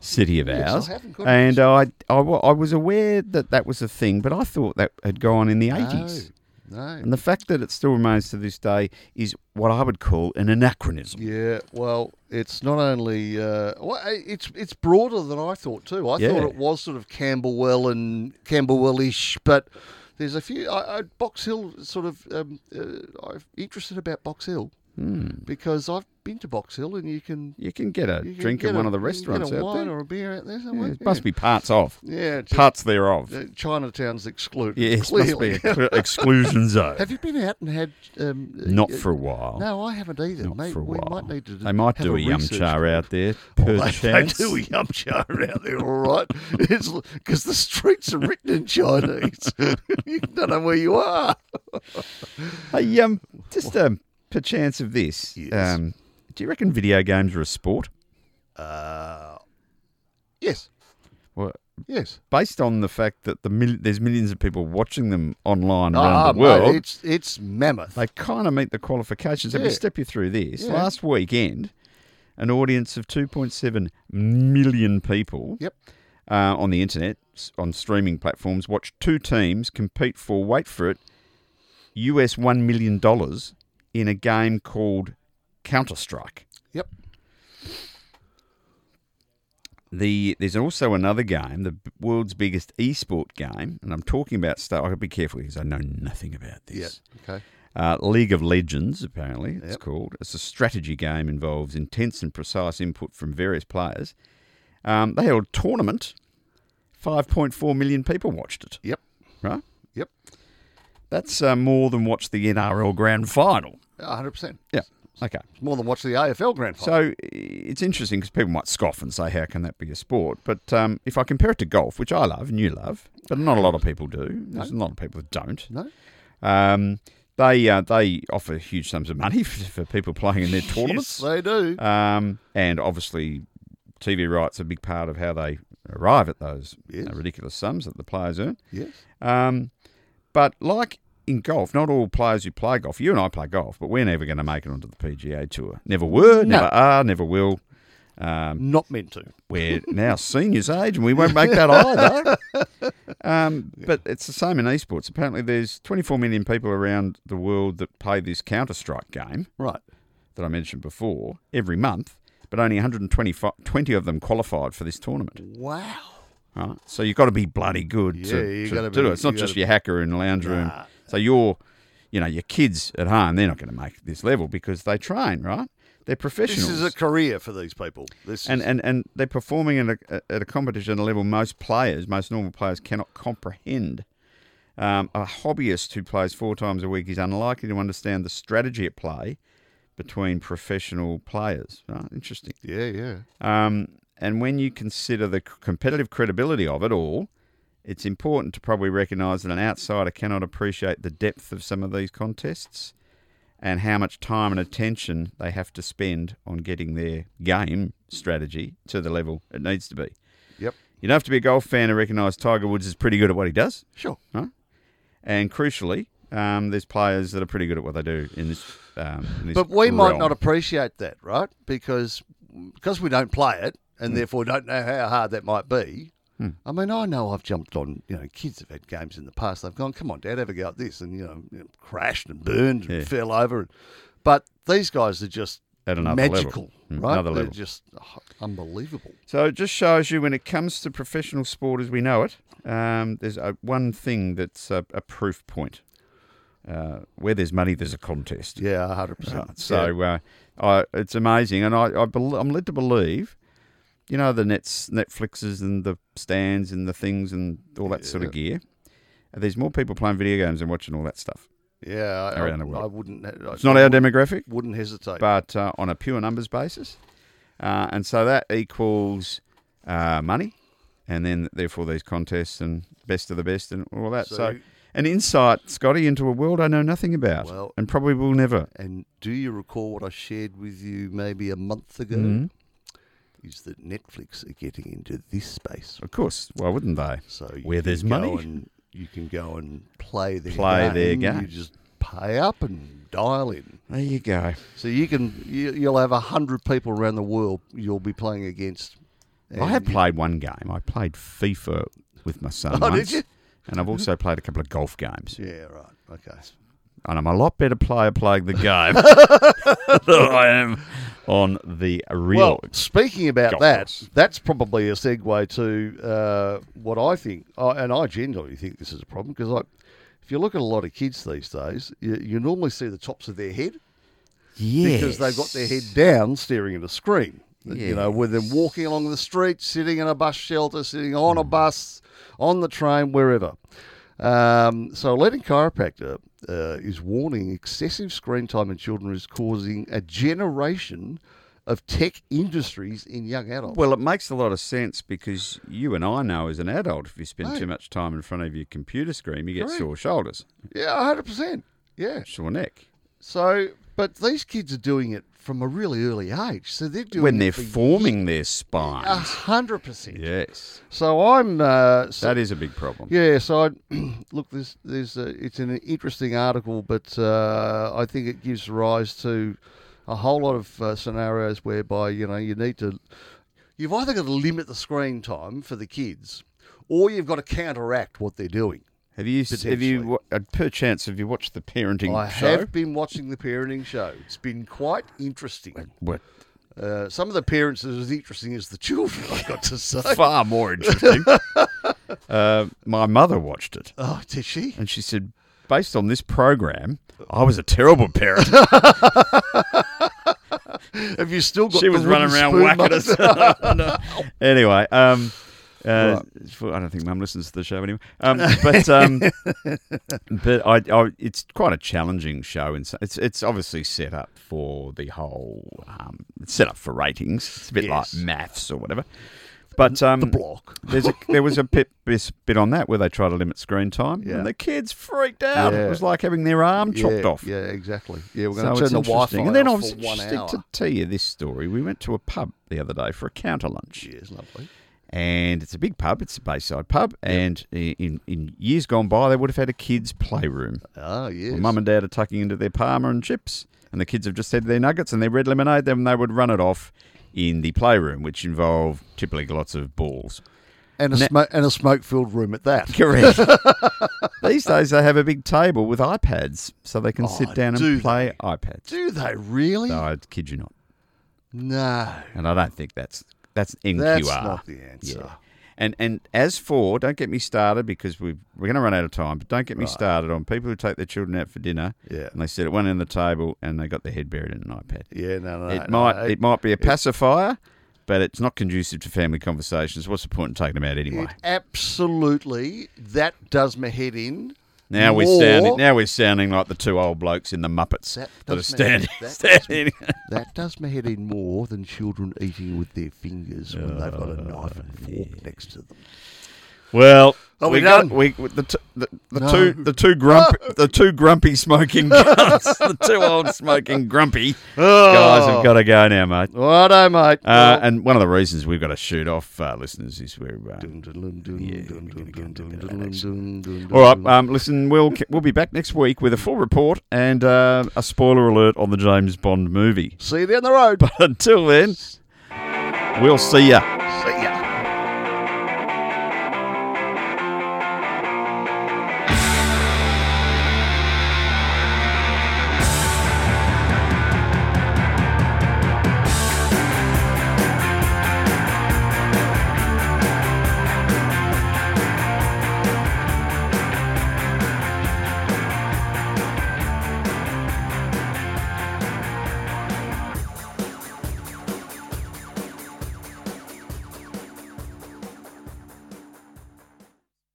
[SPEAKER 2] city of
[SPEAKER 1] Yes, I
[SPEAKER 2] ours,
[SPEAKER 1] haven't got
[SPEAKER 2] and I, I, wa- I was aware that that was a thing, but I thought that had gone
[SPEAKER 1] Oh,
[SPEAKER 2] in the eighties.
[SPEAKER 1] no,
[SPEAKER 2] And the fact that it still remains to this day is what I would call an anachronism.
[SPEAKER 1] Yeah, well, it's not only uh, well, i- it's it's broader than I thought too. I
[SPEAKER 2] Yeah.
[SPEAKER 1] thought it was sort of Camberwell and Camberwellish, but there's a few. I, I Box Hill sort of um, uh, I'm interested about Box Hill
[SPEAKER 2] Hmm.
[SPEAKER 1] because I've been to Box Hill and you can,
[SPEAKER 2] You can get a
[SPEAKER 1] you can
[SPEAKER 2] drink
[SPEAKER 1] get
[SPEAKER 2] in
[SPEAKER 1] a-
[SPEAKER 2] one of the
[SPEAKER 1] you can
[SPEAKER 2] restaurants
[SPEAKER 1] get a
[SPEAKER 2] out
[SPEAKER 1] wine
[SPEAKER 2] there.
[SPEAKER 1] or a beer out there
[SPEAKER 2] Yeah,
[SPEAKER 1] somewhere.
[SPEAKER 2] it must be parts of.
[SPEAKER 1] yeah, just,
[SPEAKER 2] Parts thereof.
[SPEAKER 1] uh, Chinatown's excluded.
[SPEAKER 2] Yes, must
[SPEAKER 1] (laughs)
[SPEAKER 2] be
[SPEAKER 1] clearly.
[SPEAKER 2] a cl- exclusion zone.
[SPEAKER 1] Have you been out and had? Um,
[SPEAKER 2] Not
[SPEAKER 1] uh,
[SPEAKER 2] for a while.
[SPEAKER 1] No, I haven't either.
[SPEAKER 2] Not
[SPEAKER 1] May-
[SPEAKER 2] for a
[SPEAKER 1] we
[SPEAKER 2] while.
[SPEAKER 1] might need to.
[SPEAKER 2] They might
[SPEAKER 1] have
[SPEAKER 2] do a
[SPEAKER 1] a
[SPEAKER 2] yum
[SPEAKER 1] research
[SPEAKER 2] char
[SPEAKER 1] group.
[SPEAKER 2] out there,
[SPEAKER 1] (laughs) Well, they, they
[SPEAKER 2] perchance.
[SPEAKER 1] do a yum china out there, all right. It's because the streets are written in Chinese. (laughs) you don't know where you are.
[SPEAKER 2] (laughs) Hey, um, just um, perchance of this.
[SPEAKER 1] Yes.
[SPEAKER 2] Um, do you reckon video games are a sport?
[SPEAKER 1] Yes,
[SPEAKER 2] Well,
[SPEAKER 1] yes.
[SPEAKER 2] based on the fact that the mil- there's millions of people watching them online around
[SPEAKER 1] Ah,
[SPEAKER 2] the
[SPEAKER 1] mate,
[SPEAKER 2] world,
[SPEAKER 1] it's it's mammoth.
[SPEAKER 2] they kind of meet the qualifications. Let me
[SPEAKER 1] Yeah.
[SPEAKER 2] step you through this.
[SPEAKER 1] Yeah.
[SPEAKER 2] Last weekend, an audience of 2.7 million people
[SPEAKER 1] Yep.
[SPEAKER 2] uh, on the internet, s- on streaming platforms, watched two teams compete for, wait for it, US $1 million in a game called Counter Strike.
[SPEAKER 1] Yep.
[SPEAKER 2] The there's also another game, the b- world's biggest esport game, and I'm talking about stuff. I got to be careful because I know nothing about this.
[SPEAKER 1] Yeah. Okay.
[SPEAKER 2] Uh, League of Legends, apparently it's
[SPEAKER 1] Yep.
[SPEAKER 2] called. It's a strategy game involves intense and precise input from various players. Um, they held a tournament. 5.4 million people watched it.
[SPEAKER 1] Yep.
[SPEAKER 2] Right,
[SPEAKER 1] Yep.
[SPEAKER 2] that's uh, more than watched the NRL Grand Final.
[SPEAKER 1] hundred percent.
[SPEAKER 2] Yeah. Okay.
[SPEAKER 1] It's more than watch the AFL grand final.
[SPEAKER 2] So it's interesting because people might scoff and say, "How can that be a sport?" But um, if I compare it to golf, which I love and you love, but not a lot of people do. There's a lot of people that don't.
[SPEAKER 1] no.
[SPEAKER 2] Um, they uh, they offer huge sums of money (laughs) for, for people playing in their tournaments,
[SPEAKER 1] Yes, they do.
[SPEAKER 2] um, and obviously TV rights are a big part of how they arrive at those uh,
[SPEAKER 1] Yes.
[SPEAKER 2] ridiculous sums that the players earn.
[SPEAKER 1] yes.
[SPEAKER 2] Um, but like in golf, not all players who play golf. You and I play golf, but we're never going to make it onto the PGA Tour. Never were,
[SPEAKER 1] No.
[SPEAKER 2] never are, never will. Um,
[SPEAKER 1] Not meant to.
[SPEAKER 2] we're now seniors age, and we won't make that either. Um, but it's the same in esports. Apparently, there's 24 million people around the world that play this Counter Strike game
[SPEAKER 1] Right.
[SPEAKER 2] that I mentioned before every month, but only 120 20 of them qualified for this tournament.
[SPEAKER 1] Wow.
[SPEAKER 2] Right. So you've got to be bloody good
[SPEAKER 1] Yeah,
[SPEAKER 2] to,
[SPEAKER 1] you
[SPEAKER 2] to,
[SPEAKER 1] gotta
[SPEAKER 2] to do
[SPEAKER 1] be-
[SPEAKER 2] it. It's not
[SPEAKER 1] you
[SPEAKER 2] just
[SPEAKER 1] gotta
[SPEAKER 2] your hacker in the lounge room. So your, you know, your kids at home, they're not going to make this level because they train, right? They're
[SPEAKER 1] This
[SPEAKER 2] professionals.
[SPEAKER 1] is a career for these people. This is,
[SPEAKER 2] and, and, and they're performing at a, at a competition at a level most players, most normal players, cannot comprehend. Um, a hobbyist who plays four times a week is unlikely to understand the strategy at play between professional players. Right? Interesting.
[SPEAKER 1] yeah, yeah.
[SPEAKER 2] Um, and when you consider the c- competitive credibility of it all, it's important to probably recognise that an outsider cannot appreciate the depth of some of these contests and how much time and attention they have to spend on getting their game strategy to the level it needs to be.
[SPEAKER 1] Yep.
[SPEAKER 2] You don't have to be a golf fan to recognise Tiger Woods is pretty good at what he does.
[SPEAKER 1] Sure.
[SPEAKER 2] Right? And crucially, um, there's players that are pretty good at what they do in this. Um, in this
[SPEAKER 1] But we might
[SPEAKER 2] realm.
[SPEAKER 1] not appreciate that, right? Because because we don't play it
[SPEAKER 2] Hmm.
[SPEAKER 1] and therefore don't know how hard that might be. I mean, I know I've jumped on, you know, kids have had games in the past. They've gone, come on, Dad, have a go at this. And, you know, you know, crashed and burned and
[SPEAKER 2] Yeah.
[SPEAKER 1] fell over. But these guys are just
[SPEAKER 2] At another level.
[SPEAKER 1] magical,
[SPEAKER 2] Mm,
[SPEAKER 1] right?
[SPEAKER 2] another
[SPEAKER 1] They're
[SPEAKER 2] level.
[SPEAKER 1] just oh, unbelievable.
[SPEAKER 2] So it just shows you when it comes to professional sport as we know it, um, there's a, one thing that's a, a proof point. Uh, where there's money, there's a contest.
[SPEAKER 1] Yeah, 100%.
[SPEAKER 2] So uh, I, it's amazing. And I, I bel I'm led to believe you know the Nets, Netflixes, and the stands, and the things, and all that sort of gear. There's more people playing video games and watching all that stuff.
[SPEAKER 1] Yeah, I,
[SPEAKER 2] Around the
[SPEAKER 1] I,
[SPEAKER 2] world.
[SPEAKER 1] I wouldn't. I,
[SPEAKER 2] It's not our demographic,
[SPEAKER 1] Wouldn't hesitate.
[SPEAKER 2] but uh, on a pure numbers basis, uh, and so that equals uh, money, and then therefore these contests and best of the best and all that. So,
[SPEAKER 1] So-
[SPEAKER 2] an insight, Scotty, into a world I know nothing about,
[SPEAKER 1] Well-
[SPEAKER 2] and probably will never.
[SPEAKER 1] and do you recall what I shared with you maybe a month ago?
[SPEAKER 2] Mm-hmm.
[SPEAKER 1] Is that Netflix are getting into this space?
[SPEAKER 2] Of course, why wouldn't they?
[SPEAKER 1] So you
[SPEAKER 2] Where
[SPEAKER 1] can
[SPEAKER 2] there's
[SPEAKER 1] go
[SPEAKER 2] money.
[SPEAKER 1] and you can go and play their
[SPEAKER 2] Play
[SPEAKER 1] game.
[SPEAKER 2] their
[SPEAKER 1] You
[SPEAKER 2] game.
[SPEAKER 1] just pay up and dial in.
[SPEAKER 2] There you go.
[SPEAKER 1] So you can you, you'll have a hundred people around the world you'll be playing against.
[SPEAKER 2] I have
[SPEAKER 1] And-
[SPEAKER 2] played one game. I played FIFA with my
[SPEAKER 1] (laughs)
[SPEAKER 2] son
[SPEAKER 1] Oh, did
[SPEAKER 2] once,
[SPEAKER 1] you?
[SPEAKER 2] and I've also played a couple of golf games.
[SPEAKER 1] Yeah, right. Okay.
[SPEAKER 2] And I'm a lot better player
[SPEAKER 1] (laughs)
[SPEAKER 2] playing the game than I am on the real.
[SPEAKER 1] Well, speaking about
[SPEAKER 2] Golf
[SPEAKER 1] that,
[SPEAKER 2] course.
[SPEAKER 1] that's probably a segue to uh, what I think, I and I generally think this is a problem because, like, if you look at a lot of kids these days, you, you normally see the tops of their head
[SPEAKER 2] yes.
[SPEAKER 1] because they've got their head down, staring at a screen. You know, with them walking along the street, sitting in a bus shelter, sitting on
[SPEAKER 2] Mm.
[SPEAKER 1] a bus, on the train, wherever. Um, so, a leading chiropractor uh, is warning excessive screen time in children is causing a generation of tech industries in young adults.
[SPEAKER 2] Well, it makes a lot of sense because you and I know as an adult, if you spend too much time in front of your computer screen, you get
[SPEAKER 1] Correct.
[SPEAKER 2] sore shoulders,
[SPEAKER 1] yeah, hundred percent. Yeah.
[SPEAKER 2] sore neck.
[SPEAKER 1] So, but these kids are doing it from a really early age, so they're doing
[SPEAKER 2] when
[SPEAKER 1] it
[SPEAKER 2] they're
[SPEAKER 1] for
[SPEAKER 2] forming their
[SPEAKER 1] a
[SPEAKER 2] spines.
[SPEAKER 1] hundred percent.
[SPEAKER 2] yes.
[SPEAKER 1] So I'm uh, so
[SPEAKER 2] That is a big problem.
[SPEAKER 1] Yeah, so I, (clears throat) look, there's, there's a, it's an interesting article, but uh, I think it gives rise to a whole lot of uh, scenarios whereby you know you need to, you've either got to limit the screen time for the kids, or you've got to counteract what they're doing.
[SPEAKER 2] Have you, have
[SPEAKER 1] Potentially.
[SPEAKER 2] you, wa- uh, perchance, have you watched the parenting
[SPEAKER 1] I
[SPEAKER 2] show?
[SPEAKER 1] have been watching the parenting show. It's been quite interesting.
[SPEAKER 2] Well,
[SPEAKER 1] Uh, some of the parents are as interesting as the children. I got
[SPEAKER 2] (laughs)
[SPEAKER 1] to say.
[SPEAKER 2] far
[SPEAKER 1] (laughs)
[SPEAKER 2] more interesting. uh, my mother watched it
[SPEAKER 1] Oh, did she?
[SPEAKER 2] and she said, based on this program, I was a terrible parent.
[SPEAKER 1] Have you still got?
[SPEAKER 2] she
[SPEAKER 1] the
[SPEAKER 2] was running
[SPEAKER 1] wooden
[SPEAKER 2] around
[SPEAKER 1] spoon
[SPEAKER 2] whacking
[SPEAKER 1] mug?
[SPEAKER 2] us. (laughs) No. Anyway, um, uh, I don't think Mum listens to the show anyway. Um,
[SPEAKER 1] (laughs)
[SPEAKER 2] but um, but I, I, it's quite a challenging show, and it's it's obviously set up for the whole um, it's set up for ratings. It's a bit
[SPEAKER 1] Yes.
[SPEAKER 2] like maths or whatever. But um,
[SPEAKER 1] block.
[SPEAKER 2] There's a, there was a bit, this bit on that where they try to limit screen time,
[SPEAKER 1] Yeah.
[SPEAKER 2] and the kids freaked out. It
[SPEAKER 1] Yeah.
[SPEAKER 2] was like having their arm
[SPEAKER 1] Yeah,
[SPEAKER 2] chopped off.
[SPEAKER 1] Yeah, exactly. Yeah, we're
[SPEAKER 2] So
[SPEAKER 1] going
[SPEAKER 2] it's
[SPEAKER 1] to turn the Wi-Fi
[SPEAKER 2] interesting. And then I
[SPEAKER 1] off
[SPEAKER 2] was
[SPEAKER 1] for one
[SPEAKER 2] interested
[SPEAKER 1] hour.
[SPEAKER 2] to tell you this story. We went to a pub the other day for a counter lunch,
[SPEAKER 1] Yes, lovely.
[SPEAKER 2] and it's a big pub. It's a Bayside pub, and i- in in years gone by, they would have had a kids' playroom.
[SPEAKER 1] Ah, yes.
[SPEAKER 2] Mum and dad are tucking into their Parma and chips, and the kids have just had their nuggets and their red lemonade. Then they would run it off in the playroom, which involved typically lots of
[SPEAKER 1] (laughs)
[SPEAKER 2] balls.
[SPEAKER 1] and a smo- and a smoke-filled room at that.
[SPEAKER 2] Correct. These days they have a big table with iPads, so they can sit down and
[SPEAKER 1] Oh, do
[SPEAKER 2] play iPads.
[SPEAKER 1] Do they really?
[SPEAKER 2] No, I kid you not.
[SPEAKER 1] No,
[SPEAKER 2] And I don't think that's that's NQR.
[SPEAKER 1] that's not the answer.
[SPEAKER 2] Yeah. And and as for don't get me started because we we're going to run out of time. But don't get me started on people who take their children out for dinner.
[SPEAKER 1] Yeah.
[SPEAKER 2] And they sit at one end of the table and they got their head buried in an iPad.
[SPEAKER 1] Yeah, no, no.
[SPEAKER 2] it
[SPEAKER 1] no,
[SPEAKER 2] might
[SPEAKER 1] no.
[SPEAKER 2] it might be a pacifier, but it's not conducive to family conversations. What's the point in taking them out anyway?
[SPEAKER 1] It absolutely. That does my head in.
[SPEAKER 2] Now we're
[SPEAKER 1] More-
[SPEAKER 2] sounding. Now we're sounding like the two old blokes in the Muppets that,
[SPEAKER 1] That
[SPEAKER 2] are
[SPEAKER 1] does
[SPEAKER 2] standing.
[SPEAKER 1] make- that does
[SPEAKER 2] standing.
[SPEAKER 1] That does my head in more than children eating with their fingers when they've got a knife and fork next to them.
[SPEAKER 2] Well,
[SPEAKER 1] Are we
[SPEAKER 2] got-
[SPEAKER 1] done?
[SPEAKER 2] We, the t- the, the
[SPEAKER 1] No.
[SPEAKER 2] two the
[SPEAKER 1] (laughs)
[SPEAKER 2] two grump the two grumpy smoking guys, the two old smoking grumpy guys have got to go now, mate.
[SPEAKER 1] Oh. Righto, mate.
[SPEAKER 2] Uh, and one of the reasons we've got to shoot off, uh, listeners, is we're. Uh, all right, um, listen, we'll we'll be back next week with a full report and uh, a spoiler alert on the James Bond movie. (laughs)
[SPEAKER 1] See you down the road.
[SPEAKER 2] Until then, we'll see ya.